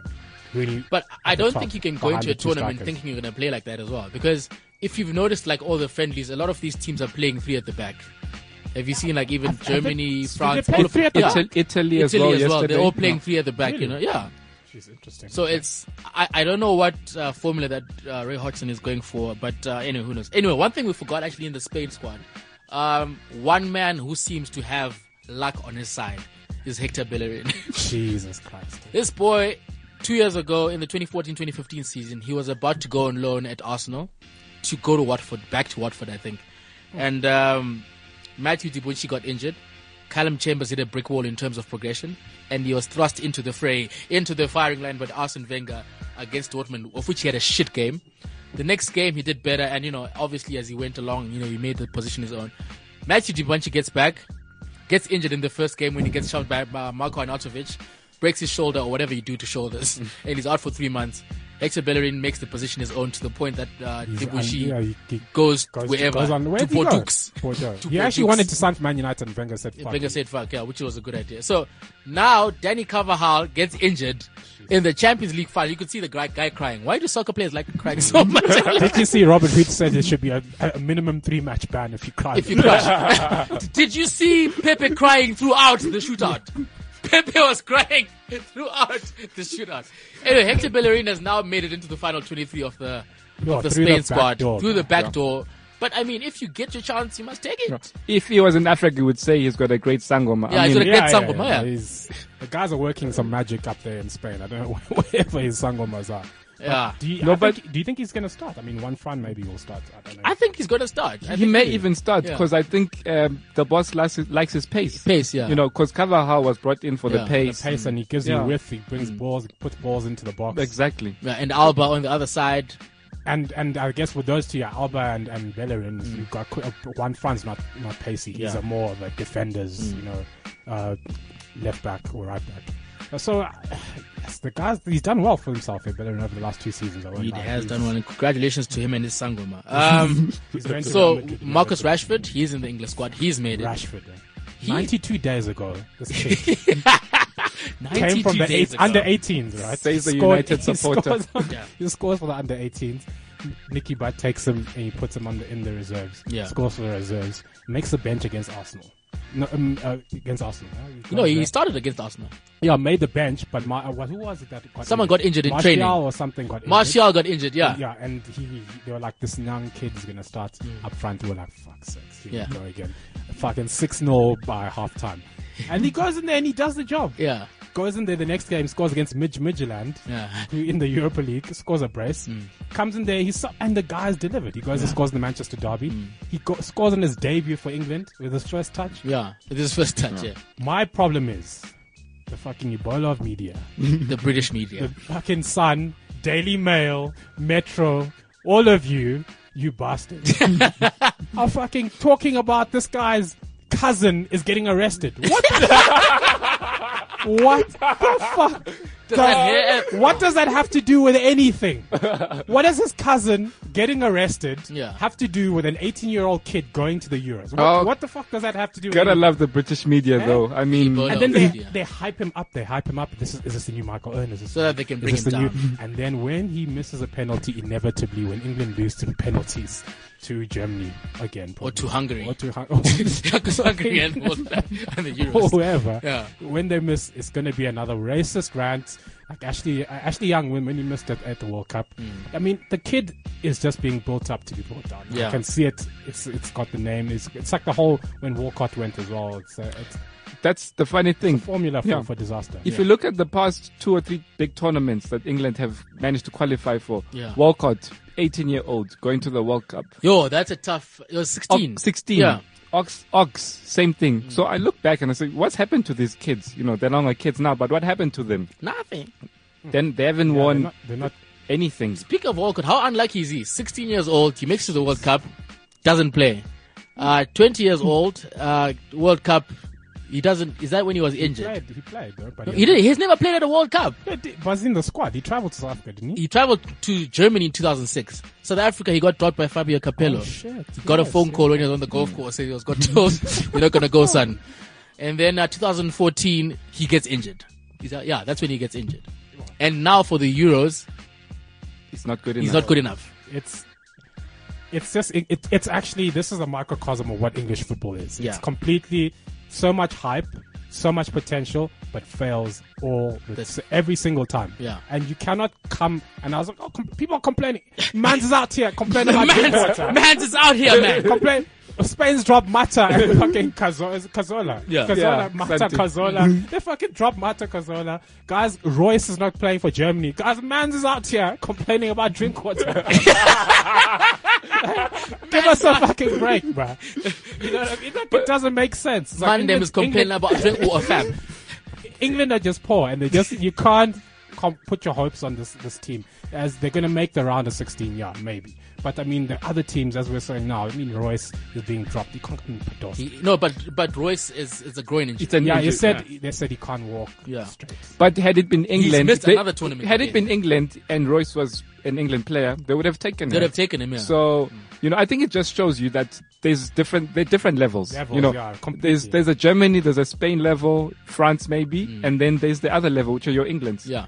Speaker 5: Rooney.
Speaker 4: But I
Speaker 5: at the
Speaker 4: don't
Speaker 5: top
Speaker 4: think you can go
Speaker 5: behind
Speaker 4: into
Speaker 5: the
Speaker 4: a
Speaker 5: two
Speaker 4: tournament
Speaker 5: strikers.
Speaker 4: thinking you're going to play like that as well. Because if you've noticed, like all the friendlies, a lot of these teams are playing three at the back. Have you seen like even Germany,
Speaker 5: it's-
Speaker 4: France,
Speaker 5: they play
Speaker 4: all of
Speaker 5: three at the
Speaker 4: yeah,
Speaker 6: Italy, Italy as
Speaker 4: Italy
Speaker 6: well.
Speaker 4: as well.
Speaker 6: yesterday.
Speaker 4: They're all playing three at the back. You know,
Speaker 5: Really?
Speaker 4: yeah.
Speaker 5: She's interesting.
Speaker 4: So it's I, I don't know what uh, formula that uh, Ray Hodgson is going for, but uh, anyway, who knows? Anyway, one thing we forgot actually in the Spain squad, um, one man who seems to have luck on his side is Hector Bellerin. (laughs)
Speaker 5: Jesus Christ.
Speaker 4: this boy, two years ago in the 2014-2015 season, he was about to go on loan at Arsenal to go to Watford, back to Watford, I think. And um, Matthew Dibucci got injured. Callum Chambers hit a brick wall in terms of progression, and he was thrust into the fray, into the firing line by Arsene Wenger against Dortmund, of which he had a shit game. The next game he did better, and you know, obviously as he went along, you know, he made the position his own. Matthew Dibucci gets back, gets injured in the first game when he gets shot by uh, Marko Arnautovic, breaks his shoulder or whatever you do to
Speaker 5: (laughs)
Speaker 4: shoulders, and he's out for three months. Hector Bellerin makes the position his own to the point that uh,
Speaker 5: He's-
Speaker 4: Dibucci
Speaker 5: yeah, he- he
Speaker 4: goes,
Speaker 5: goes-
Speaker 4: wherever
Speaker 5: goes on- where
Speaker 4: to
Speaker 5: did he go?
Speaker 4: Bordeaux.
Speaker 5: Bordeaux.
Speaker 4: To
Speaker 5: He actually
Speaker 4: Bordeaux.
Speaker 5: wanted to sign for Man United and Wenger said, fuck
Speaker 4: Wenger
Speaker 5: it.
Speaker 4: said fuck yeah, which was a good idea. So now Danny Carvajal gets injured in the Champions League final. You could see the guy, guy crying. Why do soccer players like crying so
Speaker 5: (laughs)
Speaker 4: much? (laughs)
Speaker 5: Did you see Robert Hood said there should be a, a minimum three match ban if you cry?
Speaker 4: if you cry. (laughs) Did you see Pepe crying throughout the shootout? Pepe was crying throughout the shootout. Anyway, Hector Bellerin has now made it into the final 23 of the,
Speaker 5: Yeah,
Speaker 4: of the
Speaker 5: through the
Speaker 4: Spain
Speaker 5: back
Speaker 4: squad
Speaker 5: door,
Speaker 4: through the
Speaker 5: man.
Speaker 4: back door. But I mean, if you get your chance, you must take it.
Speaker 6: If he was in Africa, he would say he's got a great sangoma.
Speaker 4: Yeah,
Speaker 6: I
Speaker 4: he's
Speaker 6: mean,
Speaker 4: got Get Sangoma, yeah.
Speaker 5: He's- the guys are working some magic up there in Spain. I don't know (laughs) wherever his sangomas are.
Speaker 4: Yeah.
Speaker 5: Do you,
Speaker 6: No,
Speaker 5: I think-
Speaker 6: but-
Speaker 5: do you think he's going to start? I mean, one front maybe will start. I don't know.
Speaker 4: I think he's going to start. I
Speaker 6: he
Speaker 4: think
Speaker 6: may
Speaker 4: he-
Speaker 6: even start
Speaker 4: Yeah.
Speaker 6: because I think um, the boss likes his, likes his pace.
Speaker 4: Pace, yeah.
Speaker 6: You know, because Carvajal was brought in for
Speaker 4: Yeah,
Speaker 6: the
Speaker 4: the
Speaker 6: pace.
Speaker 5: pace and he gives
Speaker 6: Yeah.
Speaker 5: you width. He brings
Speaker 4: Mm.
Speaker 5: balls, he puts balls into the box.
Speaker 6: Exactly.
Speaker 4: Yeah, and Alba on the other side.
Speaker 5: And and I guess with those two, yeah, Alba and, and Bellerin, you've got qu- uh, one front's not not pacey. He's
Speaker 4: Mm. Yeah. Mm.
Speaker 5: a more of a defenders, you know, uh, left back or right back. Uh, So uh, yes, the guys he's done well for himself here, Bellerin over the last two seasons. I won't
Speaker 4: He
Speaker 5: lie.
Speaker 4: has
Speaker 5: He's-
Speaker 4: done one. Congratulations to him and his Sangoma.
Speaker 5: (laughs)
Speaker 4: Um,
Speaker 5: he's going to Real
Speaker 4: so
Speaker 5: Madrid, you know,
Speaker 4: Marcus
Speaker 5: that's-
Speaker 4: Rashford, he's in the English squad. He's made it.
Speaker 5: Rashford. eh? 92 days ago,
Speaker 4: (laughs)
Speaker 5: this kid came
Speaker 4: 92
Speaker 5: from the
Speaker 4: days
Speaker 5: eight,
Speaker 4: ago.
Speaker 5: under 18s, right?
Speaker 6: Says
Speaker 5: He
Speaker 6: the United
Speaker 5: (laughs) he
Speaker 6: supporter.
Speaker 5: Scores,
Speaker 4: Yeah.
Speaker 5: He scores for the under 18s. Nicky Butt takes him and he puts him on the, in the reserves.
Speaker 4: Yeah.
Speaker 5: Scores for the reserves. Makes the bench against Arsenal. No, um, uh, against Arsenal. huh? He
Speaker 4: No,
Speaker 5: got
Speaker 4: he
Speaker 5: there.
Speaker 4: started against Arsenal.
Speaker 5: yeah made the bench, but my, uh, what- who was it that got
Speaker 4: Someone got injured in
Speaker 5: Martial
Speaker 4: training.
Speaker 5: or something got injured.
Speaker 4: Martial got injured, yeah.
Speaker 5: Yeah, and he, he- they were like, this young kid is gonna start up front. We're like, fuck sakes, here
Speaker 4: Yeah.
Speaker 5: we go again. Fucking six 0 by half time, and he goes in there and he does the job.
Speaker 4: Yeah.
Speaker 5: Goes in there the next game, scores against Midge Midgeland,
Speaker 4: Yeah. Mm.
Speaker 5: who in the Europa League scores a brace. Comes in there, he's so- and the guy's delivered. He goes and scores in the Manchester derby.
Speaker 4: Mm.
Speaker 5: He go, scores on his debut for England with his first touch.
Speaker 4: Yeah. This is first touch, yeah.
Speaker 5: My problem is the fucking Ebola of media
Speaker 4: The British media.
Speaker 5: the fucking Sun, Daily Mail, Metro, all of you, you bastards, (laughs) are fucking talking about this guy's cousin is getting arrested. What? The, (laughs) what the fuck?
Speaker 4: that have-
Speaker 5: what does that have to do with anything? What does his cousin getting arrested
Speaker 4: Yeah.
Speaker 5: have to do with an 18 year old kid going to the Euros? What,
Speaker 6: Oh.
Speaker 5: what the fuck does that have to do with
Speaker 6: Gotta
Speaker 5: anything?
Speaker 6: love the British media, though. I mean,
Speaker 4: Ebola.
Speaker 5: And then they,
Speaker 4: media.
Speaker 5: they hype him up. They hype him up. This is, is this the new Michael Owen? Is this
Speaker 4: So that they can
Speaker 5: is
Speaker 4: bring
Speaker 5: this
Speaker 4: him (laughs)
Speaker 5: the New, (laughs) and then when he misses a penalty, inevitably, when England lose to penalties to Germany again,
Speaker 4: Or to Hungary.
Speaker 5: (laughs) or to Hungary,
Speaker 4: (laughs) Because Hungary
Speaker 5: (laughs)
Speaker 4: and, and the
Speaker 5: or
Speaker 4: Euros.
Speaker 5: whoever,
Speaker 4: Yeah.
Speaker 5: when they miss, it's going to be another racist rant. Like Ashley, uh, Ashley Young, when, when he missed it at the World Cup,
Speaker 4: Mm.
Speaker 5: I mean, the kid is just being built up to be brought down.
Speaker 4: Yeah.
Speaker 5: I can see it. It's it's got the name. It's it's like the whole when Walcott went as well. It's, uh, it's
Speaker 6: that's the funny thing.
Speaker 5: formula for,
Speaker 6: Yeah.
Speaker 5: for disaster.
Speaker 6: If you look at the past two or three big tournaments that England have managed to qualify for,
Speaker 4: Yeah.
Speaker 6: Walcott, 18 year old, going to the World Cup.
Speaker 4: Yo, that's a tough. It was 16.
Speaker 5: Oh,
Speaker 6: Ox, 16.
Speaker 4: Yeah.
Speaker 6: Ox, Ox, same thing. So I look back and I say, what's happened to these kids? You know, they're not my kids now, but what happened to them?
Speaker 4: Nothing.
Speaker 6: Then they haven't
Speaker 5: Yeah,
Speaker 6: won
Speaker 5: they're not, they're not
Speaker 6: anything.
Speaker 4: Pick of Walcott, how unlucky is he? 16 years old, he makes it to the World Cup, doesn't play. Uh, 20 years
Speaker 5: Hmm.
Speaker 4: old, uh, World Cup, he doesn't. Is that when he was injured?
Speaker 5: played. He played, though, but
Speaker 4: He did. He's never played at a World Cup.
Speaker 5: He was in the squad. He traveled to South Africa, didn't he?
Speaker 4: He traveled to Germany in 2006. South Africa, he got dropped by Fabio Capello.
Speaker 5: Oh, shit.
Speaker 4: He got a
Speaker 5: Yes,
Speaker 4: phone
Speaker 5: yeah.
Speaker 4: call when he was on the golf course saying he was got (laughs) told, you're not going to go, son. And then uh, 2014, he gets injured. He's, uh, yeah, that's when he gets injured. And now for the Euros,
Speaker 6: It's not good enough.
Speaker 4: he's not good enough.
Speaker 5: It's it's just it, it, it's actually this is a microcosm of what English football is.
Speaker 4: Yeah.
Speaker 5: It's completely so much hype, so much potential, but fails all the,
Speaker 4: That's-
Speaker 5: every single time.
Speaker 4: Yeah.
Speaker 5: and you cannot come. And I was like, oh, com- people are complaining. Mans is out here complaining about
Speaker 4: (laughs)
Speaker 5: drink
Speaker 4: Mans,
Speaker 5: water.
Speaker 4: Mans is out here, man.
Speaker 5: Complain. Spain's dropped Mata
Speaker 4: (laughs)
Speaker 5: and fucking Cazo- is it Cazola.
Speaker 4: Yeah. Mm-hmm.
Speaker 5: Cazola,
Speaker 6: Yeah,
Speaker 5: Mata,
Speaker 6: something.
Speaker 5: Cazola. they fucking dropped Mata, Cazola. Guys, Royce is not playing for Germany. Guys, Mans is out here complaining about drink
Speaker 4: (laughs)
Speaker 5: water. Give us a fucking break, bruh. You know what I mean? Like, it doesn't make sense. It's like
Speaker 4: Man, them
Speaker 5: England-
Speaker 4: is complaining
Speaker 5: England-
Speaker 4: about drink water,
Speaker 5: (laughs)
Speaker 4: fam.
Speaker 5: England are just poor, and they just you can't com- put your hopes on this this team as they're going to make the round of 16. Yeah, maybe. But I mean, the other teams, as we're saying now, I mean, Royce is being dropped. You can't come Podolski.
Speaker 4: He- No, but but Royce is is a groin injury.
Speaker 6: It's an
Speaker 5: Yeah,
Speaker 6: injury.
Speaker 5: you said they said he can't walk.
Speaker 4: Yeah.
Speaker 5: straight.
Speaker 6: But had it been England,
Speaker 4: missed
Speaker 6: they-
Speaker 4: another tournament
Speaker 6: Had it
Speaker 4: again.
Speaker 6: been England and Royce was an England player, they would have taken
Speaker 4: They'd
Speaker 6: him.
Speaker 4: have taken him. Yeah.
Speaker 6: So you know, I think it just shows you that there's different there are different levels.
Speaker 5: Levels,
Speaker 6: you know,
Speaker 5: yeah, completely.
Speaker 6: there's there's a Germany, there's a Spain level, France maybe, and then there's the other level, which are your Englands.
Speaker 4: Mm. yeah.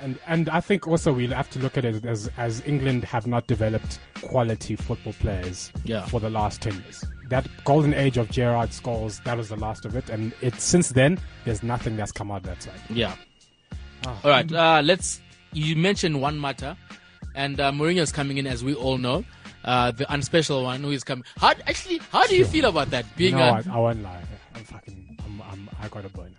Speaker 5: And and I think also we'll have to look at it as as England have not developed quality football players
Speaker 4: Yeah.
Speaker 5: for the last ten years. That golden age of Gerard Scholes, that was the last of it, and it since then there's nothing that's come out of that side.
Speaker 4: Yeah. All right. Uh, let's. You mentioned one matter, and uh, Mourinho is coming in, as we all know. Uh, the unspecial one who is coming. How actually? How do you feel about that? Being
Speaker 5: No,
Speaker 4: a-
Speaker 5: I, I won't lie. I'm fucking. I'm. I'm I got a boner.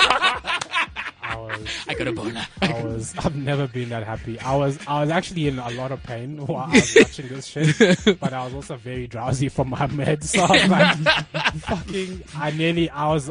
Speaker 5: I was.
Speaker 4: I got a boner. (laughs)
Speaker 5: I was. I've never been that happy. I was. I was actually in a lot of pain while
Speaker 4: (laughs)
Speaker 5: I was watching this shit, but I was also very drowsy from my meds. So I'm like, (laughs) fucking. I nearly. I was.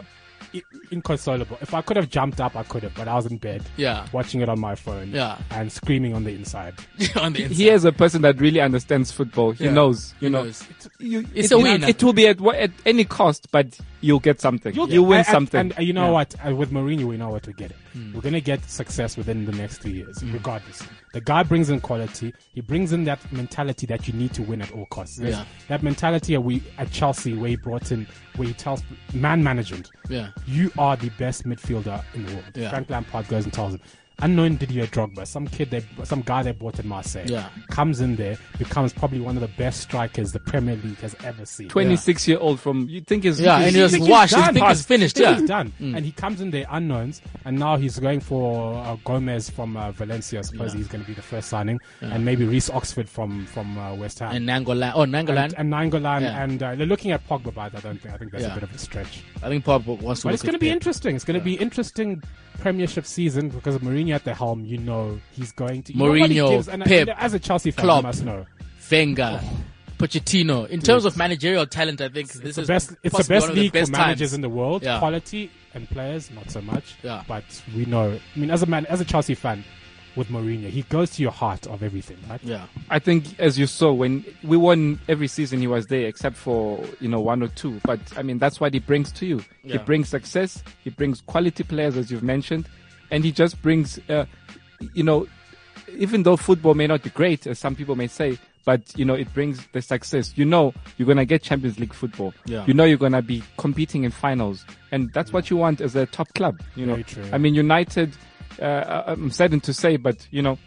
Speaker 5: i- Inconsolable. If I could have jumped up, I could have, but I was in bed,
Speaker 4: Yeah.
Speaker 5: watching it on my phone,
Speaker 4: Yeah.
Speaker 5: and screaming on the inside.
Speaker 4: on the
Speaker 6: He is a person that really understands football. He
Speaker 4: Yeah.
Speaker 6: knows, you
Speaker 4: He
Speaker 6: know.
Speaker 4: knows.
Speaker 6: You,
Speaker 4: It's
Speaker 6: it,
Speaker 4: a win.
Speaker 6: It will be at, wha- at any cost, but you'll get something. You'll, win
Speaker 5: and- and-
Speaker 6: something.
Speaker 5: And, you know
Speaker 6: Yeah.
Speaker 5: what? Uh, With Mourinho, we know what we're getting.
Speaker 4: Hmm.
Speaker 5: We're going to get success within the next three years, regardless. The guy brings in quality. He brings in that mentality that you need to win at all costs. There's-
Speaker 4: Yeah.
Speaker 5: That mentality at, we, at Chelsea, where he brought in, where he tells man management,
Speaker 4: Yeah.
Speaker 5: you are the best midfielder in the world.
Speaker 4: Yeah.
Speaker 5: Frank Lampard goes and tells him. Unknown Didier Drogba, some kid, they, some guy they bought in Marseille,
Speaker 4: Yeah.
Speaker 5: comes in there, becomes probably one of the best strikers the Premier League has ever seen.
Speaker 6: 26 year old from, you think is,
Speaker 4: Yeah, and he was
Speaker 5: Think he's
Speaker 4: washed. He
Speaker 5: done.
Speaker 4: think he's finished.
Speaker 5: Think
Speaker 4: Yeah. Mm.
Speaker 5: he's done. And he comes in the unknowns, and now he's going for uh, Gomez from uh, Valencia. I suppose he's going to be the first signing, and maybe Reese Oxford from from uh, West Ham.
Speaker 4: And Nangolan. Oh, Nangolan.
Speaker 5: and, and Nangolan,
Speaker 4: Yeah.
Speaker 5: and uh, they're looking at Pogba, but I don't think I think that's
Speaker 4: Yeah.
Speaker 5: a bit of a stretch.
Speaker 4: I think Pop wants to.
Speaker 5: But
Speaker 4: look
Speaker 5: it's going to
Speaker 4: at
Speaker 5: be
Speaker 4: that.
Speaker 5: interesting. It's going to be interesting Premiership season because of Mourinho at the helm. You know he's going to you know what he
Speaker 4: Mourinho,
Speaker 5: gives, and,
Speaker 4: Pep,
Speaker 5: and as a Chelsea fan,
Speaker 4: Klopp.
Speaker 5: you must know
Speaker 4: Wenger, Pochettino. In terms of managerial talent, I think this
Speaker 5: the
Speaker 4: is
Speaker 5: best. It's the
Speaker 4: possibly
Speaker 5: best
Speaker 4: one of the
Speaker 5: league
Speaker 4: best
Speaker 5: for managers
Speaker 4: times.
Speaker 5: in the world.
Speaker 4: Yeah.
Speaker 5: Quality and players, not so much.
Speaker 4: Yeah.
Speaker 5: But we know. I mean, as a man, as a Chelsea fan, with Mourinho, he goes to your heart of everything, right?
Speaker 4: Yeah,
Speaker 6: I think, as you saw, when we won every season, he was there, except for you know one or two. But I mean, that's what he brings to you. He
Speaker 4: Yeah.
Speaker 6: brings success. He brings quality players, as you've mentioned, and he just brings, uh, you know, even though football may not be great, as some people may say, but you know, it brings the success. You know, you're gonna get Champions League football.
Speaker 4: Yeah.
Speaker 6: You know, you're gonna be competing in finals, and that's what you want as a top club. You know,
Speaker 5: Very true.
Speaker 6: I mean, United. Uh, I- I'm saddened to say, but you know,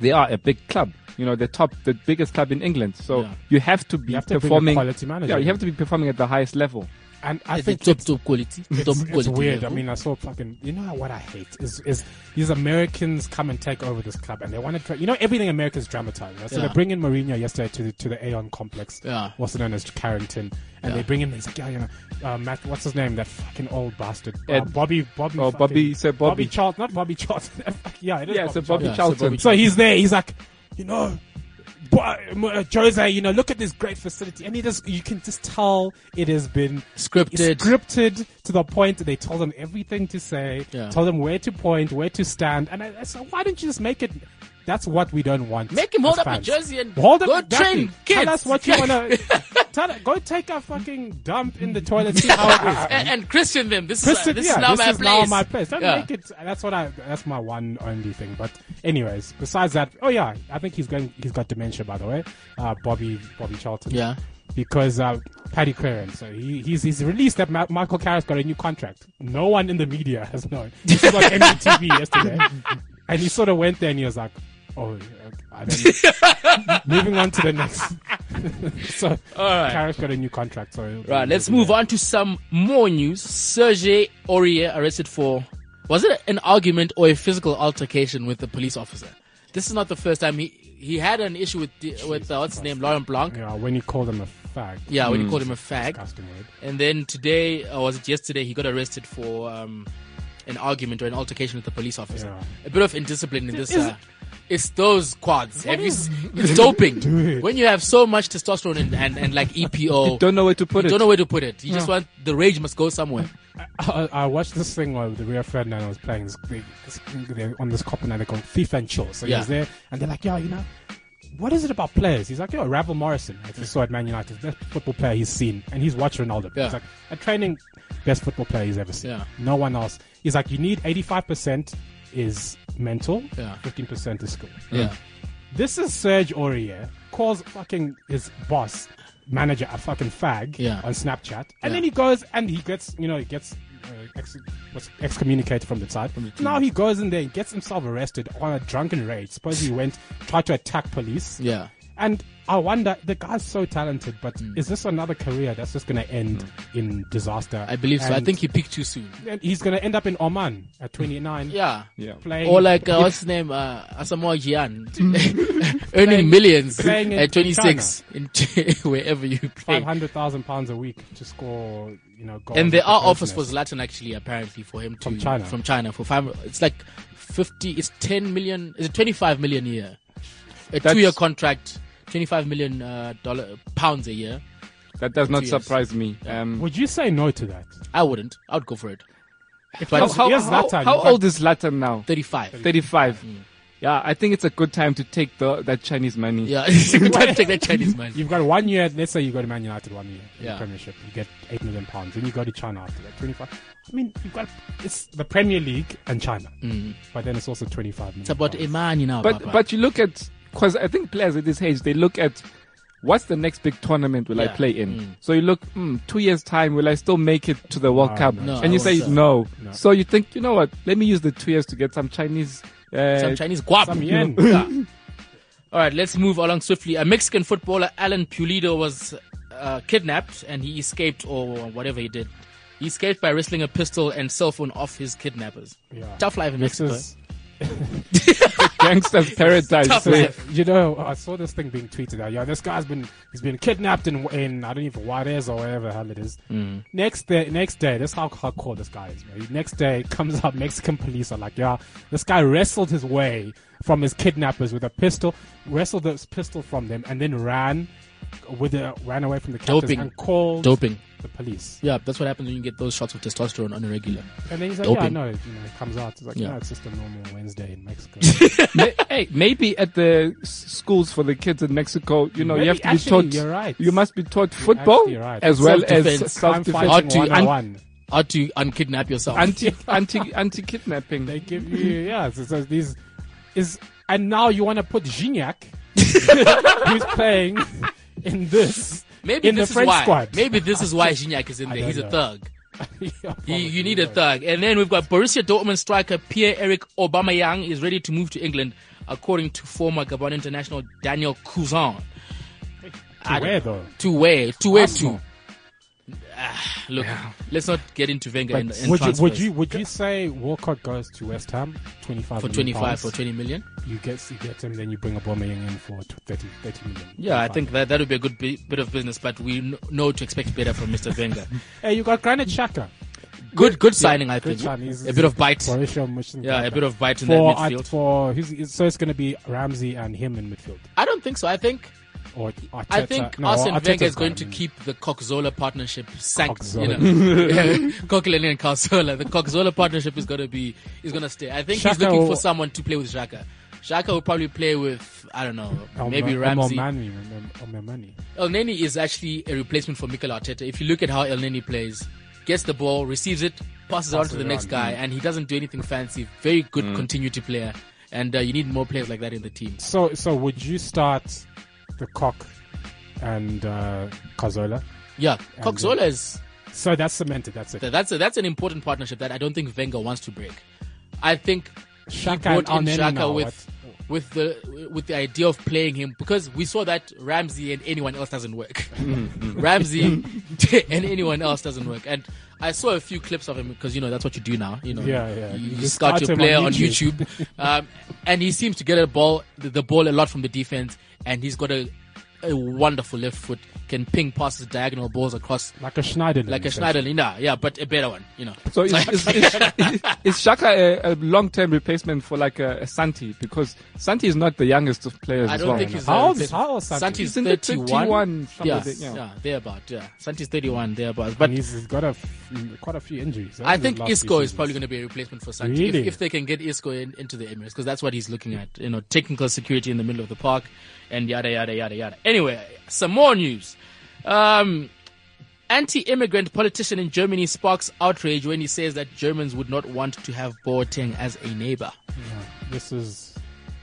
Speaker 6: they are a big club. You know, the top, the biggest club in England. So
Speaker 4: Yeah.
Speaker 6: you have to be
Speaker 5: You have to bring a
Speaker 6: performing.
Speaker 5: quality manager.
Speaker 6: Yeah, you have to be performing at the highest level.
Speaker 5: And I
Speaker 4: It's
Speaker 5: think
Speaker 4: top top quality. top
Speaker 5: it's, it's
Speaker 4: quality
Speaker 5: weird. I
Speaker 4: level.
Speaker 5: mean, I saw fucking. You know what I hate is is these Americans come and take over this club, and they want to. Dra- you know, everything Americans dramatize. Right? So
Speaker 4: Yeah.
Speaker 5: they bring in Mourinho yesterday to the, to the Aon complex,
Speaker 4: Yeah.
Speaker 5: also known as Carrington, and
Speaker 4: Yeah.
Speaker 5: they bring in these like, yeah, you know, uh, Matt, what's his name? That fucking old bastard, uh,
Speaker 6: Ed-
Speaker 5: Bobby, Bobby,
Speaker 6: Oh,
Speaker 5: fucking-
Speaker 6: Bobby- Sir Bobby.
Speaker 5: Bobby Charlton, not Bobby Charlton. Fuck, (laughs) yeah, it is
Speaker 6: Yeah,
Speaker 5: Bobby
Speaker 6: so Bobby
Speaker 4: Yeah, so
Speaker 6: Charlton.
Speaker 4: Bobby
Speaker 5: so he's there. He's like, you know, boy, uh, Jose, you know, look at this great facility, and he just you can just tell it has been
Speaker 4: Scripted.
Speaker 5: scripted to the point that they told him everything to say,
Speaker 4: Yeah.
Speaker 5: told him where to point, where to stand, and I, I said, why don't you just make it? That's what we don't want.
Speaker 4: Make him hold
Speaker 5: as
Speaker 4: up a
Speaker 5: fans.
Speaker 4: jersey and
Speaker 5: hold up
Speaker 4: go
Speaker 5: exactly.
Speaker 4: train kids.
Speaker 5: Tell us what
Speaker 4: (laughs)
Speaker 5: you wanna. tell, go take a fucking dump in the toilet. See (laughs) how (laughs) it is.
Speaker 4: and, and Christian them. This
Speaker 5: Kristen,
Speaker 4: is
Speaker 5: yeah,
Speaker 4: uh, this is now
Speaker 5: this
Speaker 4: my
Speaker 5: is
Speaker 4: place.
Speaker 5: now my place. Don't
Speaker 4: Yeah.
Speaker 5: make it. That's what I. That's my one only thing. But anyways, besides that, oh yeah, I think he's going. He's got dementia, by the way. Uh, Bobby, Bobby Charlton.
Speaker 4: Yeah.
Speaker 5: Because uh, Paddy Clarence, so he, he's he's released that Ma- Michael Carrick's got a new contract.
Speaker 4: (laughs)
Speaker 5: No one in the media has known. This was on MTV yesterday, and he sort of went there and he was like, Oh, I don't
Speaker 4: (laughs)
Speaker 5: know. Moving on to the next. (laughs) so,
Speaker 4: All right.
Speaker 5: Karius got a new contract. So he'll be
Speaker 4: Right, let's
Speaker 5: moving
Speaker 4: move
Speaker 5: there.
Speaker 4: on to some more news. Sergei Aurier arrested for was it an argument or a physical altercation with the police officer? This is not the first time he he had an issue with the, with uh, what's his name Laurent Blanc. Yeah,
Speaker 5: Yeah, when you call them a fag.
Speaker 4: when he called him a fag,
Speaker 5: Disgusting word.
Speaker 4: and then today or was it yesterday he got arrested for um, an argument or an altercation with the police officer.
Speaker 5: Yeah.
Speaker 4: A bit of indiscipline in this. Uh, it's those quads. Have you s- it's doping.
Speaker 5: Dude.
Speaker 4: When you have so much testosterone and, and, and like
Speaker 6: (laughs)
Speaker 4: EPO,
Speaker 6: Don't know where to put
Speaker 4: you
Speaker 6: it.
Speaker 4: don't know where to put it. You just want the rage must go somewhere.
Speaker 5: I, I watched this thing while the Rio Ferdinand was playing this, this, they're on this cop and they call FIFA and Chill. So he
Speaker 4: Yeah.
Speaker 5: was there and they're like, yo, you know, what is it about players? He's like, yo, Ravel Morrison, like we saw at Man United, best football player he's seen. And he's watched Ronaldo.
Speaker 4: Yeah.
Speaker 5: He's like, a training, best football player he's ever seen.
Speaker 4: Yeah.
Speaker 5: No one else. He's like, you need 85% is mental,
Speaker 4: Yeah.
Speaker 5: 15% is skill.
Speaker 4: Yeah.
Speaker 5: This is Serge Aurier calls fucking his boss manager a fucking fag
Speaker 4: Yeah.
Speaker 5: on Snapchat, and then
Speaker 4: Yeah.
Speaker 5: he goes and he gets you know he gets uh, ex- was excommunicated from the side. now he goes in there and gets himself arrested on a drunken raid. Suppose he went tried to attack police.
Speaker 4: Yeah.
Speaker 5: And I wonder, the guy's so talented, but
Speaker 4: Mm.
Speaker 5: is this another career that's just going to end in disaster?
Speaker 4: I believe so. I
Speaker 5: And-
Speaker 4: think he picked too soon.
Speaker 5: and he's going to end up in Oman at 29.
Speaker 4: Yeah.
Speaker 6: Yeah.
Speaker 5: Playing
Speaker 4: Or like uh, what's his name, uh, Asamoah Gyan, (laughs) earning millions
Speaker 5: playing in
Speaker 4: at 26 in (laughs) wherever you play.
Speaker 5: five hundred thousand pounds a week to score, you know, goals.
Speaker 4: And there
Speaker 5: with the
Speaker 4: are offers for
Speaker 5: business.
Speaker 4: Zlatan actually, apparently, for him to
Speaker 5: From China.
Speaker 4: From China for five. It's like 50. It's 10 million. Is it 25 million a year? A
Speaker 6: That's-
Speaker 4: two-year contract, 25 million uh, dollar pounds a year.
Speaker 6: That does not
Speaker 4: Yes.
Speaker 6: surprise me. Um,
Speaker 5: Would you say no to that?
Speaker 4: I wouldn't. I would go for it. If
Speaker 5: How-
Speaker 4: I was
Speaker 5: how- Yes, Zlatan.
Speaker 6: how old is Latin now?
Speaker 4: 35.
Speaker 6: 35. Yeah, I think it's a good time to take the, that Chinese money.
Speaker 4: Yeah, (laughs) don't take that Chinese man.
Speaker 5: You've got one year. Let's say you go to Man United one year, in
Speaker 4: Yeah.
Speaker 5: the Premiership, you get eight million pounds. Then you go to China after that, twenty-five. I mean, you've got it's the Premier League and China, but then it's also twenty-five.
Speaker 4: Mm-hmm. It's about a
Speaker 5: pounds.
Speaker 4: man, you know.
Speaker 6: But
Speaker 4: Papa.
Speaker 6: but you look at because I think players at this age they look at what's the next big tournament will I
Speaker 4: Yeah.
Speaker 6: play in. So you look mm, two years time will I still make it to the World
Speaker 5: No,
Speaker 6: Cup?
Speaker 5: no,
Speaker 4: No,
Speaker 6: and
Speaker 4: I
Speaker 6: you say
Speaker 4: won't, sir.
Speaker 6: no.
Speaker 5: No.
Speaker 6: So you think you know what? Let me use the two years to get some Chinese. Uh,
Speaker 4: some Chinese guap.
Speaker 5: Some yen.
Speaker 4: Yeah. All right, let's move along swiftly. A Mexican footballer, Alan Pulido, was uh, kidnapped and he escaped, or whatever he did. He escaped by wrestling a pistol and cell phone off his kidnappers.
Speaker 5: Yeah.
Speaker 4: Tough life in
Speaker 5: This
Speaker 4: Mexico.
Speaker 5: is- (laughs)
Speaker 6: gangsters paradise.
Speaker 4: Tough
Speaker 6: So-
Speaker 4: life.
Speaker 5: you know, I saw this thing being tweeted out. Yeah, this guy's been he's been kidnapped in, in I don't even Juarez or whatever the hell it is.
Speaker 4: Mm.
Speaker 5: Next day, next day, this is how hardcore this guy is. Man. Next day comes out, Mexican police are like, yeah, this guy wrestled his way from his kidnappers with a pistol, wrestled this pistol from them, and then ran with a, ran away from the captors
Speaker 4: Doping.
Speaker 5: and called
Speaker 4: Doping.
Speaker 5: the police.
Speaker 4: Yeah, that's what happens when you get those shots of testosterone on a regular.
Speaker 5: And then he's like, yeah, I
Speaker 4: Doping.
Speaker 5: know. You know, it comes out. It's like,
Speaker 4: Yeah.
Speaker 5: no, it's just a normal Wednesday
Speaker 4: (laughs)
Speaker 5: in Mexico.
Speaker 6: May- hey, maybe at the s- schools for the kids in Mexico, you know,
Speaker 5: Maybe
Speaker 6: you have to
Speaker 5: actually,
Speaker 6: be taught.
Speaker 5: you're right.
Speaker 6: You must be taught football
Speaker 5: actually right.
Speaker 6: as well as
Speaker 4: Self-defense.
Speaker 5: I'm
Speaker 6: self-defense,
Speaker 4: Ought to-
Speaker 5: fighting one on one.
Speaker 4: How to unkidnap yourself.
Speaker 6: anti anti anti kidnapping.
Speaker 5: They give you yeah. So, so these is and now you want to put Gignac,
Speaker 4: (laughs)
Speaker 5: who's playing in this
Speaker 4: Maybe
Speaker 5: in
Speaker 4: this
Speaker 5: the
Speaker 4: is
Speaker 5: French
Speaker 4: why.
Speaker 5: squad.
Speaker 4: Maybe this is why Gignac is in there.
Speaker 5: don't
Speaker 4: He's
Speaker 5: know.
Speaker 4: a thug.
Speaker 5: (laughs) Yeah,
Speaker 4: You, you need a
Speaker 5: probably.
Speaker 4: thug. And then we've got Borussia Dortmund striker Pierre-Eric Aubameyang is ready to move to England, according to former Gabon international Daniel Cousin.
Speaker 5: To where though?
Speaker 4: To where? To where to?
Speaker 5: Arsenal.
Speaker 4: Ah, Look, let's not get into Wenger and, and
Speaker 5: Would you,
Speaker 4: transfers
Speaker 5: would you would you say Walcott goes to West Ham twenty five
Speaker 4: for 25 for 20 million?
Speaker 5: You get you get him, then you bring Aubameyang in for tw- 30, 30 million.
Speaker 4: Yeah, I
Speaker 5: 25.
Speaker 4: think that that would be a good bi- bit of business, but we kn- know to expect better from Mr. Wenger.
Speaker 5: Hey, you got Granit Xhaka.
Speaker 4: Good, good signing, I think.
Speaker 5: signing. He's-
Speaker 4: A bit of bite.
Speaker 5: Borussia Mönchengladbach.
Speaker 4: Yeah, a bit of bite in that
Speaker 5: for at,
Speaker 4: midfield.
Speaker 5: for he's, he's- so it's going to be Ramsey and him in midfield.
Speaker 4: I don't think so. I think
Speaker 5: Or Arteta.
Speaker 4: I think
Speaker 5: no,
Speaker 4: Arsene
Speaker 5: Arteta's
Speaker 4: Wenger is
Speaker 5: got
Speaker 4: going
Speaker 5: him
Speaker 4: to
Speaker 5: in.
Speaker 4: keep the Coxola partnership sanctioned. You
Speaker 5: Coxola.
Speaker 4: know, Coquelin and Coxola. The Coxola partnership is going to be is going to stay. I think he's
Speaker 5: Xhaka
Speaker 4: looking
Speaker 5: will-
Speaker 4: for someone to play with Xhaka. Xhaka will probably play with I don't know,
Speaker 5: Elma-
Speaker 4: maybe
Speaker 5: Elma
Speaker 4: Ramsey.
Speaker 5: Mani, remember, Elma Mani.
Speaker 4: El Neni is actually a replacement for Mikel Arteta. If you look at how El Neni plays, gets the ball, receives it, passes it on to
Speaker 5: it
Speaker 4: the next
Speaker 5: on,
Speaker 4: guy, and he doesn't do anything fancy. Very good continuity player, and uh, you need more players like that in the team.
Speaker 5: So, so would you start the cock and uh, Kazola?
Speaker 4: Yeah,
Speaker 5: And, uh,
Speaker 4: Coxola is
Speaker 5: So that's cemented. That's it.
Speaker 4: Th- That's a, that's an important partnership that I don't think Wenger wants to break. I think
Speaker 5: Shaka
Speaker 4: brought
Speaker 5: and
Speaker 4: in
Speaker 5: Elneny
Speaker 4: Xhaka
Speaker 5: now,
Speaker 4: with
Speaker 5: what?
Speaker 4: with the with the idea of playing him because we saw that Ramsey and anyone else doesn't
Speaker 5: (laughs)
Speaker 4: work. (laughs) Ramsey (laughs) and anyone else doesn't work. And I saw a few clips of him because you know that's what you do now. You know,
Speaker 5: Yeah, yeah.
Speaker 4: You,
Speaker 5: You
Speaker 4: you
Speaker 5: just
Speaker 4: scout
Speaker 5: start
Speaker 4: your
Speaker 5: him
Speaker 4: player
Speaker 5: on
Speaker 4: on
Speaker 5: YouTube.
Speaker 4: YouTube,
Speaker 5: (laughs)
Speaker 4: um, and he seems to get a ball the, the ball a lot from the defense, and he's got a, a wonderful left foot. Can ping passes, diagonal balls across.
Speaker 5: Like a Schneider.
Speaker 4: Like a Schneider, nah, yeah, but a better one, you know.
Speaker 6: So
Speaker 4: (laughs)
Speaker 6: is, is, is, is Shaka a, a long-term replacement for like a, a Santi? Because Santi is not the youngest of players
Speaker 4: I
Speaker 6: as
Speaker 4: don't
Speaker 6: well.
Speaker 4: think he's
Speaker 5: How
Speaker 4: uh,
Speaker 5: old is-
Speaker 4: thirty-
Speaker 5: how old is Santi?
Speaker 4: Santi's
Speaker 6: He's in the
Speaker 4: 31.
Speaker 6: 31, somewhere
Speaker 4: yeah,
Speaker 6: there, yeah.
Speaker 4: yeah, thereabout. Yeah, Santi's 31, thereabout. But
Speaker 5: He's he's got a f- quite a few injuries.
Speaker 4: I think Isco is probably going to be a replacement for Santi if,
Speaker 5: Really?
Speaker 4: if they can get Isco in, into the Emirates because that's what he's looking at. You know, technical security in the middle of the park and yada yada yada yada. Anyway, some more news. Um, anti-immigrant politician in Germany sparks outrage when he says that Germans would not want to have Boateng as a neighbor.
Speaker 5: This is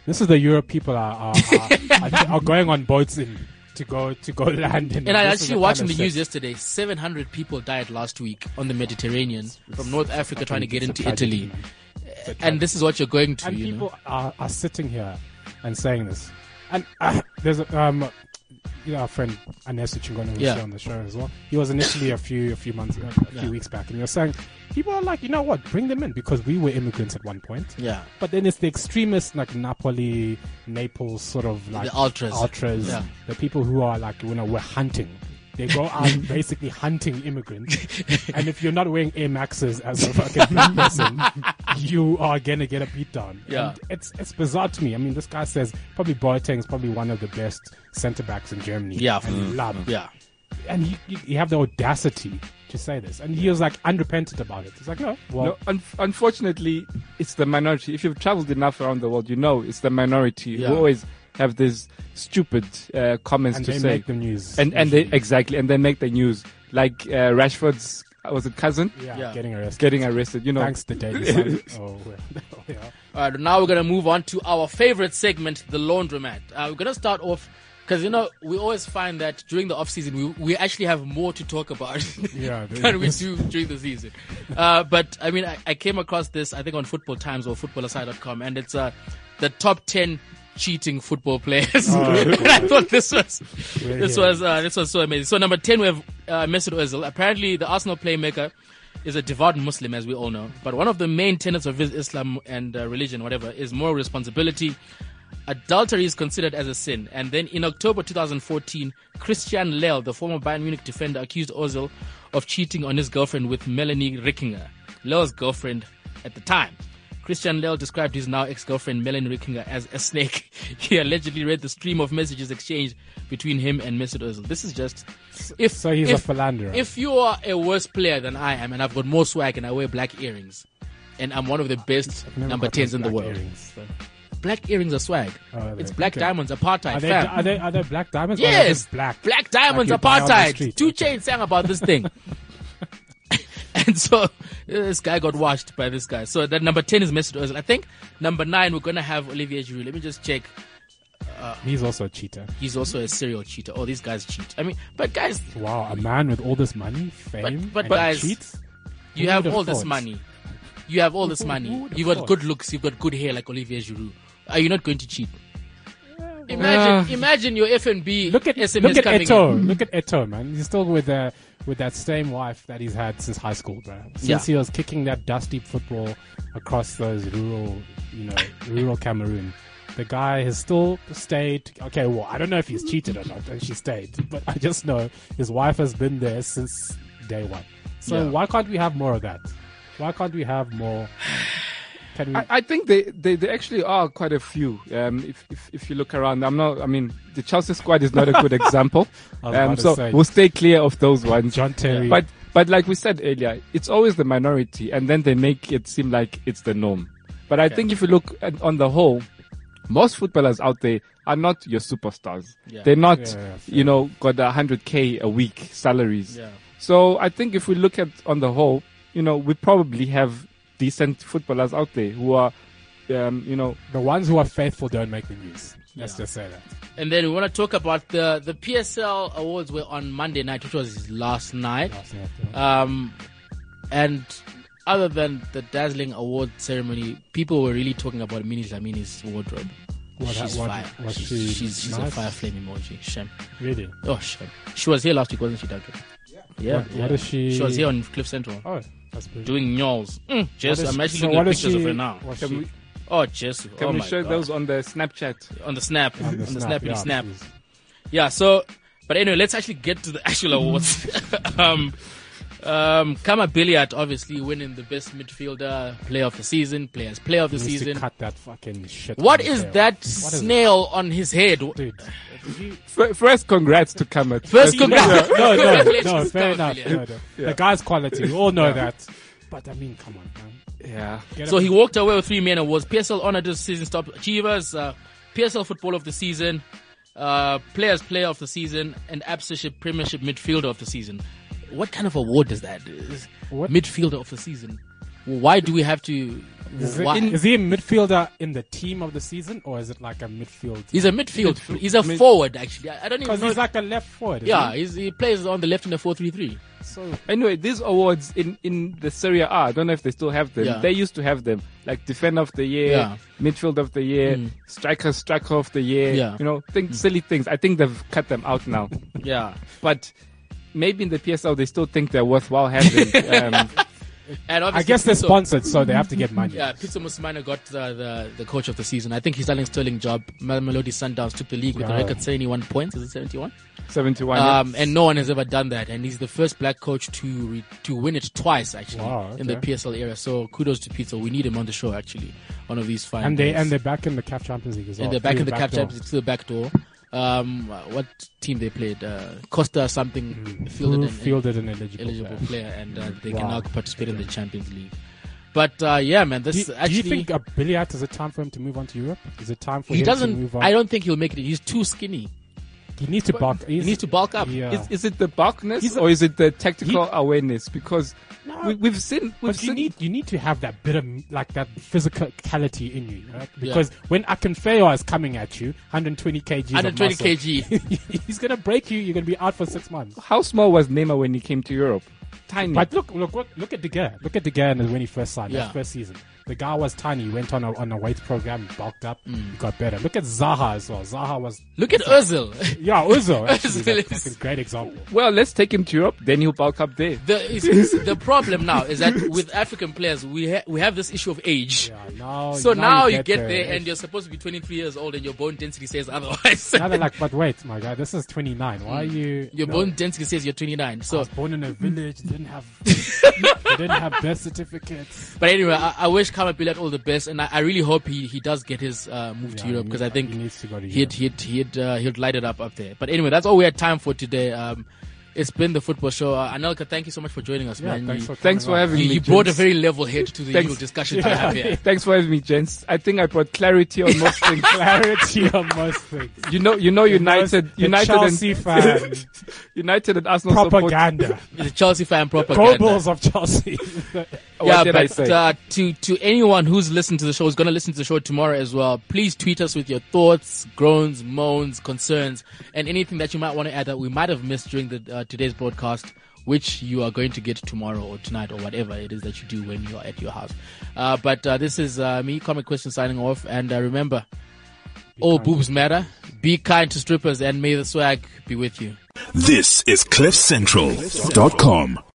Speaker 5: this is the Europe people are are, are,
Speaker 4: (laughs)
Speaker 5: are, are going on boats in to go to go land.
Speaker 4: And I actually watched on the news yesterday. Seven hundred people died last week on the Mediterranean from North Africa trying to get into Italy. And this is what you're going to,
Speaker 5: and
Speaker 4: you
Speaker 5: people
Speaker 4: know.
Speaker 5: are, are sitting here and saying this. And uh, (coughs) there's a, um, you know, our friend Ines Chingona was
Speaker 4: Yeah.
Speaker 5: on the show as well. He was initially a few a few
Speaker 4: (coughs)
Speaker 5: months a few weeks back, and he was saying people are like, you know what, bring them in because we were immigrants at one point.
Speaker 4: Yeah.
Speaker 5: But then it's the extremists like Napoli, Naples, sort of like
Speaker 4: The ultras.
Speaker 5: ultras,
Speaker 4: Yeah.
Speaker 5: the people who are like, you know, we're hunting. They go out
Speaker 4: (laughs)
Speaker 5: basically hunting immigrants, and if you're not wearing Air Maxes as
Speaker 4: (laughs)
Speaker 5: a fucking black person, you are gonna get a beatdown.
Speaker 4: Yeah.
Speaker 5: and it's it's bizarre to me. I mean, this guy says probably Boateng is probably one of the best centre backs in Germany.
Speaker 4: Yeah. Mm.
Speaker 5: and love.
Speaker 4: Yeah.
Speaker 5: and you, you, you have the audacity to say this, and he was like unrepentant about it. It's like no, well,
Speaker 6: No, un- unfortunately, it's the minority. If you've traveled enough around the world, you know it's the minority
Speaker 4: Yeah.
Speaker 6: who always have these stupid uh, comments
Speaker 5: and
Speaker 6: to
Speaker 5: they
Speaker 6: say.
Speaker 5: make the news,
Speaker 6: and and they
Speaker 5: usually.
Speaker 6: exactly and they make the news like uh, Rashford's was it cousin
Speaker 5: yeah,
Speaker 4: Yeah.
Speaker 5: getting arrested.
Speaker 6: getting arrested. You know,
Speaker 5: Thanks to Daily
Speaker 4: (laughs)
Speaker 5: Sun. Oh, well, yeah.
Speaker 4: All right, now we're going to move on to our favorite segment, the laundromat. Uh, we're going to start off because, you know, we always find that during the off season, we, we actually have more to talk about (laughs)
Speaker 5: Yeah,
Speaker 4: than we do during the season. Uh, but I mean, I, I came across this, I think, on Football Times or footballaside.com, and it's uh, the top 10 cheating football players. (laughs) and I thought this was, this
Speaker 5: here.
Speaker 4: was, uh, this was so amazing. So, number 10, we have uh, Mesut Ozil. Apparently, the Arsenal playmaker is a devout Muslim, as we all know. But one of the main tenets of his Islam and uh, religion, whatever, is moral responsibility. Adultery is considered as a sin. And then in October 2014, Christian Lell, the former Bayern Munich defender, accused Ozil of cheating on his girlfriend with Melanie Rickinger, Lell's girlfriend at the time. Christian Lell described his now ex-girlfriend Melanie Rickinger as a snake. (laughs) he allegedly read the stream of messages exchanged between him and Mesut Ozil. This is just if
Speaker 5: So he's a
Speaker 4: if,
Speaker 5: philanderer.
Speaker 4: If you are a worse player than I am, and I've got more swag and I wear black earrings, and I'm one of the best
Speaker 5: Never
Speaker 4: number
Speaker 5: got those
Speaker 4: tens in the
Speaker 5: black
Speaker 4: world
Speaker 5: earrings.
Speaker 4: black earrings are swag.
Speaker 5: Oh, are they?
Speaker 4: it's black
Speaker 5: Okay.
Speaker 4: diamonds, apartheid.
Speaker 5: Are they,
Speaker 4: fam.
Speaker 5: are they are they black diamonds? Or are they
Speaker 4: yes,
Speaker 5: just black.
Speaker 4: black diamonds,
Speaker 5: Like you buy on the
Speaker 4: apartheid.
Speaker 5: street.
Speaker 4: Two
Speaker 5: Okay.
Speaker 4: Chains sang about this
Speaker 5: (laughs)
Speaker 4: thing, (laughs) and so uh, this guy got washed by this guy. So that number ten is Mesut Ozil. I think number nine we're gonna have Olivier Giroud. Let me just check.
Speaker 5: He's also a cheater.
Speaker 4: He's also a serial cheater. Oh, these guys cheat. I mean, but guys,
Speaker 5: Wow, a man with all this money, fame,
Speaker 4: but
Speaker 5: and
Speaker 4: guys,
Speaker 5: cheats.
Speaker 4: you
Speaker 5: Who
Speaker 4: have
Speaker 5: would've
Speaker 4: all this
Speaker 5: thought?
Speaker 4: money. You have all this money.
Speaker 5: would've
Speaker 4: You've got
Speaker 5: thought?
Speaker 4: good looks. You've got good hair like Olivier Giroud. Are you not going to cheat? Imagine, imagine your FNB
Speaker 5: Look at
Speaker 4: SMS
Speaker 5: look at
Speaker 4: coming
Speaker 5: Eto.
Speaker 4: in.
Speaker 5: Look at Eto, man. He's still with uh, with that same wife that he's had since high school, bro. Since
Speaker 4: Yeah.
Speaker 5: he was kicking that dusty football across those rural, you know, rural Cameroon. The guy has still stayed. Okay, well, I don't know if he's cheated or not, and she stayed. But I just know his wife has been there since day one. So
Speaker 4: Yeah.
Speaker 5: why can't we have more of that? Why can't we have more? (sighs) Can we?
Speaker 6: I, I think they, they, they actually are quite a few. Um, if, if if you look around, I'm not. I mean, the Chelsea squad is not a
Speaker 5: (laughs)
Speaker 6: good example.
Speaker 5: I was
Speaker 6: um,
Speaker 5: about to
Speaker 6: so
Speaker 5: say.
Speaker 6: we'll stay clear of those ones.
Speaker 5: John Terry.
Speaker 6: But but like we said earlier, it's always the minority, and then they make it seem like it's the norm. But I think if you look at, on the whole, most footballers out there are not your superstars.
Speaker 4: Yeah.
Speaker 6: They're not,
Speaker 5: Yeah, yeah,
Speaker 6: you know, got a hundred k a week salaries.
Speaker 4: Yeah.
Speaker 6: So I think if we look at on the whole, you know, we probably have decent footballers out there who are, um, you know,
Speaker 5: The ones who are faithful don't make the news. Let's
Speaker 4: Yeah.
Speaker 5: just say that.
Speaker 4: And then we want to talk about the the PSL awards were on Monday night, which was his last night. Um, and other than the dazzling award ceremony, people were really talking about Mini Lamini's wardrobe.
Speaker 5: What,
Speaker 4: she's
Speaker 5: what,
Speaker 4: fire.
Speaker 5: was
Speaker 4: she's,
Speaker 5: she
Speaker 4: she's, she's a
Speaker 5: nice?
Speaker 4: fire flame emoji. Shem.
Speaker 5: Really?
Speaker 4: Oh, Shem. She was here last week, wasn't she, Duncan? Yeah.
Speaker 5: What-
Speaker 4: yeah.
Speaker 5: what is she-
Speaker 4: She was here on Cliff Central
Speaker 5: Oh, that's pretty.
Speaker 4: doing nyols. Mm, Jesu,
Speaker 5: is-
Speaker 4: I'm actually
Speaker 5: so
Speaker 4: looking at
Speaker 5: what is
Speaker 4: pictures of
Speaker 5: she-
Speaker 4: her now.
Speaker 5: what
Speaker 6: Can
Speaker 5: she-
Speaker 6: we,
Speaker 4: Oh, Jesu.
Speaker 6: can
Speaker 4: oh
Speaker 6: we
Speaker 4: my
Speaker 6: share
Speaker 4: God.
Speaker 6: those on the Snapchat?
Speaker 4: on the snap? On the, snappity
Speaker 5: yeah,
Speaker 4: snap.
Speaker 5: she's-
Speaker 4: Yeah, so, but anyway, let's actually get to the (laughs) actual awards. um, um, Kama Billiard obviously winning the best midfielder, player of the season, players player of the
Speaker 5: needs to
Speaker 4: season.
Speaker 5: cut that fucking shit.
Speaker 4: What
Speaker 5: on
Speaker 4: is
Speaker 5: there.
Speaker 4: that
Speaker 5: What is
Speaker 4: snail on his head?
Speaker 5: Dude.
Speaker 6: F- First, congrats to Kamat.
Speaker 4: First, (laughs) congrats.
Speaker 5: (laughs) No, no, no,
Speaker 4: Congratulations,
Speaker 5: fair
Speaker 4: Kama
Speaker 5: enough.
Speaker 4: Billiard.
Speaker 5: No, no. The guy's quality. We all know that. But I mean, come on, man.
Speaker 6: Yeah.
Speaker 5: Get
Speaker 4: So
Speaker 5: him-
Speaker 4: he walked away with three men awards: PSL Honor to Season Top Achievers, uh, PSL Football of the Season, uh, Players Player of the Season, and Absiship Premiership Midfielder of the Season. What kind of award is that? Is-
Speaker 5: What?
Speaker 4: Midfielder of the Season. Why do we have to?
Speaker 5: Is,
Speaker 4: why?
Speaker 5: it, is he a midfielder in the team of the season, or is it like a midfield?
Speaker 4: he's a midfield.
Speaker 6: Midfield-
Speaker 4: He's a
Speaker 6: mid-
Speaker 4: forward, actually. I I don't even
Speaker 5: Because
Speaker 4: know.
Speaker 5: he's like a left forward. isn't
Speaker 4: yeah,
Speaker 5: he?
Speaker 4: he's, he plays on the left in the four-three-three.
Speaker 5: So
Speaker 6: Anyway, these awards in, in the Serie A, I don't know if they still have them.
Speaker 4: Yeah.
Speaker 6: They used to have them, like Defender of the Year,
Speaker 4: Yeah. Mm.
Speaker 6: Midfield of the Year, Striker, Striker of the Year.
Speaker 4: Yeah. Mm.
Speaker 6: You know, think silly things. I think they've cut them out now.
Speaker 4: Yeah.
Speaker 6: but maybe in the PSL they still think they're
Speaker 4: (laughs)
Speaker 6: worthwhile having. um,
Speaker 4: And
Speaker 5: I
Speaker 4: obviously,
Speaker 5: guess they're
Speaker 4: so-
Speaker 5: sponsored, so they have to get money.
Speaker 4: Yeah, Peter Musumana got the, the the coach of the season. I think his Sterling Sterling job. Mel- Melody Sundowns took the league with a
Speaker 5: Yeah.
Speaker 4: record seventy-one points. Is it seventy-one?
Speaker 6: Seventy-one.
Speaker 4: Um, and no one has ever done that. And he's the first black coach to re- to win it twice, actually,
Speaker 5: Wow,
Speaker 4: in the
Speaker 5: okay.
Speaker 4: PSL era. So kudos to Peter. We need him on the show, actually, one of these fine
Speaker 5: And they
Speaker 4: days.
Speaker 5: and they're back in the CAF Champions League as well.
Speaker 4: And they're back
Speaker 5: through
Speaker 4: in the cap
Speaker 5: door.
Speaker 4: champions to the back door. Um, what team they played? Uh, Costa something fielded
Speaker 5: Mm. Who
Speaker 4: an-
Speaker 5: fielded an eligible,
Speaker 4: eligible
Speaker 5: player.
Speaker 4: player, and uh, they can now
Speaker 5: Wow.
Speaker 4: participate in the Champions League. But uh, yeah, man,
Speaker 5: Do,
Speaker 4: this
Speaker 5: you- do
Speaker 4: actually.
Speaker 5: you think uh, Biliat is it time for him to move on to Europe? Is it time for
Speaker 4: he
Speaker 5: him to
Speaker 4: doesn't.
Speaker 5: move on?
Speaker 4: I don't think he'll make it. He's too skinny.
Speaker 5: he needs to bulk.
Speaker 4: He needs to bulk up.
Speaker 5: Yeah.
Speaker 6: Is, is it the bulkness
Speaker 5: He's a-
Speaker 6: or is it the tactical awareness? Because we, we've seen, we've
Speaker 5: But you
Speaker 6: seen
Speaker 5: need you need to have that bit of like that physicality in you, right? Because when Akinfeyo is coming at you, 120 kg,
Speaker 4: 120 kg.
Speaker 5: (laughs) he's gonna break you. You're gonna be out for six months.
Speaker 6: how small was Neymar when he came to Europe? Tiny.
Speaker 5: But look, look, look, look at De Gea. Look at De Gea and when he first signed,
Speaker 4: Mm. Yeah.
Speaker 5: his first season. The guy was tiny. He went on a, on a weight program, he bulked up,
Speaker 4: Mm.
Speaker 5: he got better. Look at Zaha as well. Zaha was,
Speaker 4: Look at Özil. (laughs)
Speaker 5: yeah, Uzo. Actually,
Speaker 4: Ozil
Speaker 5: that's
Speaker 4: is-
Speaker 5: that's a great example.
Speaker 6: well, let's take him to Europe, then he'll bulk up there.
Speaker 4: The is, is the problem now is that with African players we ha- we have this issue of age.
Speaker 5: Yeah, now,
Speaker 4: So now, you get, there,
Speaker 5: the-
Speaker 4: and you're supposed to be 23 years old, and your bone density says otherwise.
Speaker 5: now they're like, but wait, my guy, this is 29. Why are
Speaker 4: Mm.
Speaker 5: you?
Speaker 4: (laughs) your
Speaker 5: no,
Speaker 4: bone density says you're 29.
Speaker 5: I
Speaker 4: So,
Speaker 5: was born in a village. Didn't have, (laughs) they didn't have birth certificates.
Speaker 4: but anyway, I, I wish Kama Bilal all the best, and I, I really hope he, he does get his uh, move
Speaker 5: Yeah,
Speaker 4: to Europe
Speaker 5: he
Speaker 4: because
Speaker 5: need-
Speaker 4: I think
Speaker 5: he needs to go to
Speaker 4: he'd he'd he'd uh, he'd light it up up there. But anyway, that's all we had time for today. Um, it's been the football show. Uh, Anelka, thank you so much for joining us,
Speaker 5: Yeah,
Speaker 4: man.
Speaker 5: thanks
Speaker 4: you,
Speaker 5: for
Speaker 6: Thanks
Speaker 5: coming
Speaker 6: for
Speaker 5: on.
Speaker 6: having
Speaker 4: you,
Speaker 6: me.
Speaker 4: you brought a
Speaker 6: gents.
Speaker 4: very level head to the
Speaker 6: Thanks.
Speaker 4: usual discussion we have here.
Speaker 6: Thanks for having me, gents. I think I brought clarity on most
Speaker 5: (laughs)
Speaker 6: things.
Speaker 5: clarity on most things.
Speaker 6: You know, you know, United,
Speaker 5: The
Speaker 6: United,
Speaker 5: Chelsea
Speaker 6: and
Speaker 5: fan
Speaker 6: (laughs) United and Arsenal support.
Speaker 5: propaganda.
Speaker 4: The Chelsea fan propaganda.
Speaker 5: Goals of Chelsea.
Speaker 6: What
Speaker 4: yeah,
Speaker 6: did
Speaker 4: but
Speaker 6: I say?
Speaker 4: Uh, to to anyone who's listened to the show, is going to listen to the show tomorrow as well. Please tweet us with your thoughts, groans, moans, concerns, and anything that you might want to add that we might have missed during the uh, today's broadcast, which you are going to get tomorrow or tonight or whatever it is that you do when you are at your house. Uh, but uh, this is uh, me, Comic Question, signing off, and uh, remember, all boobs matter. Be kind to strippers, and may the swag be with you.
Speaker 3: This is CliffCentral.com.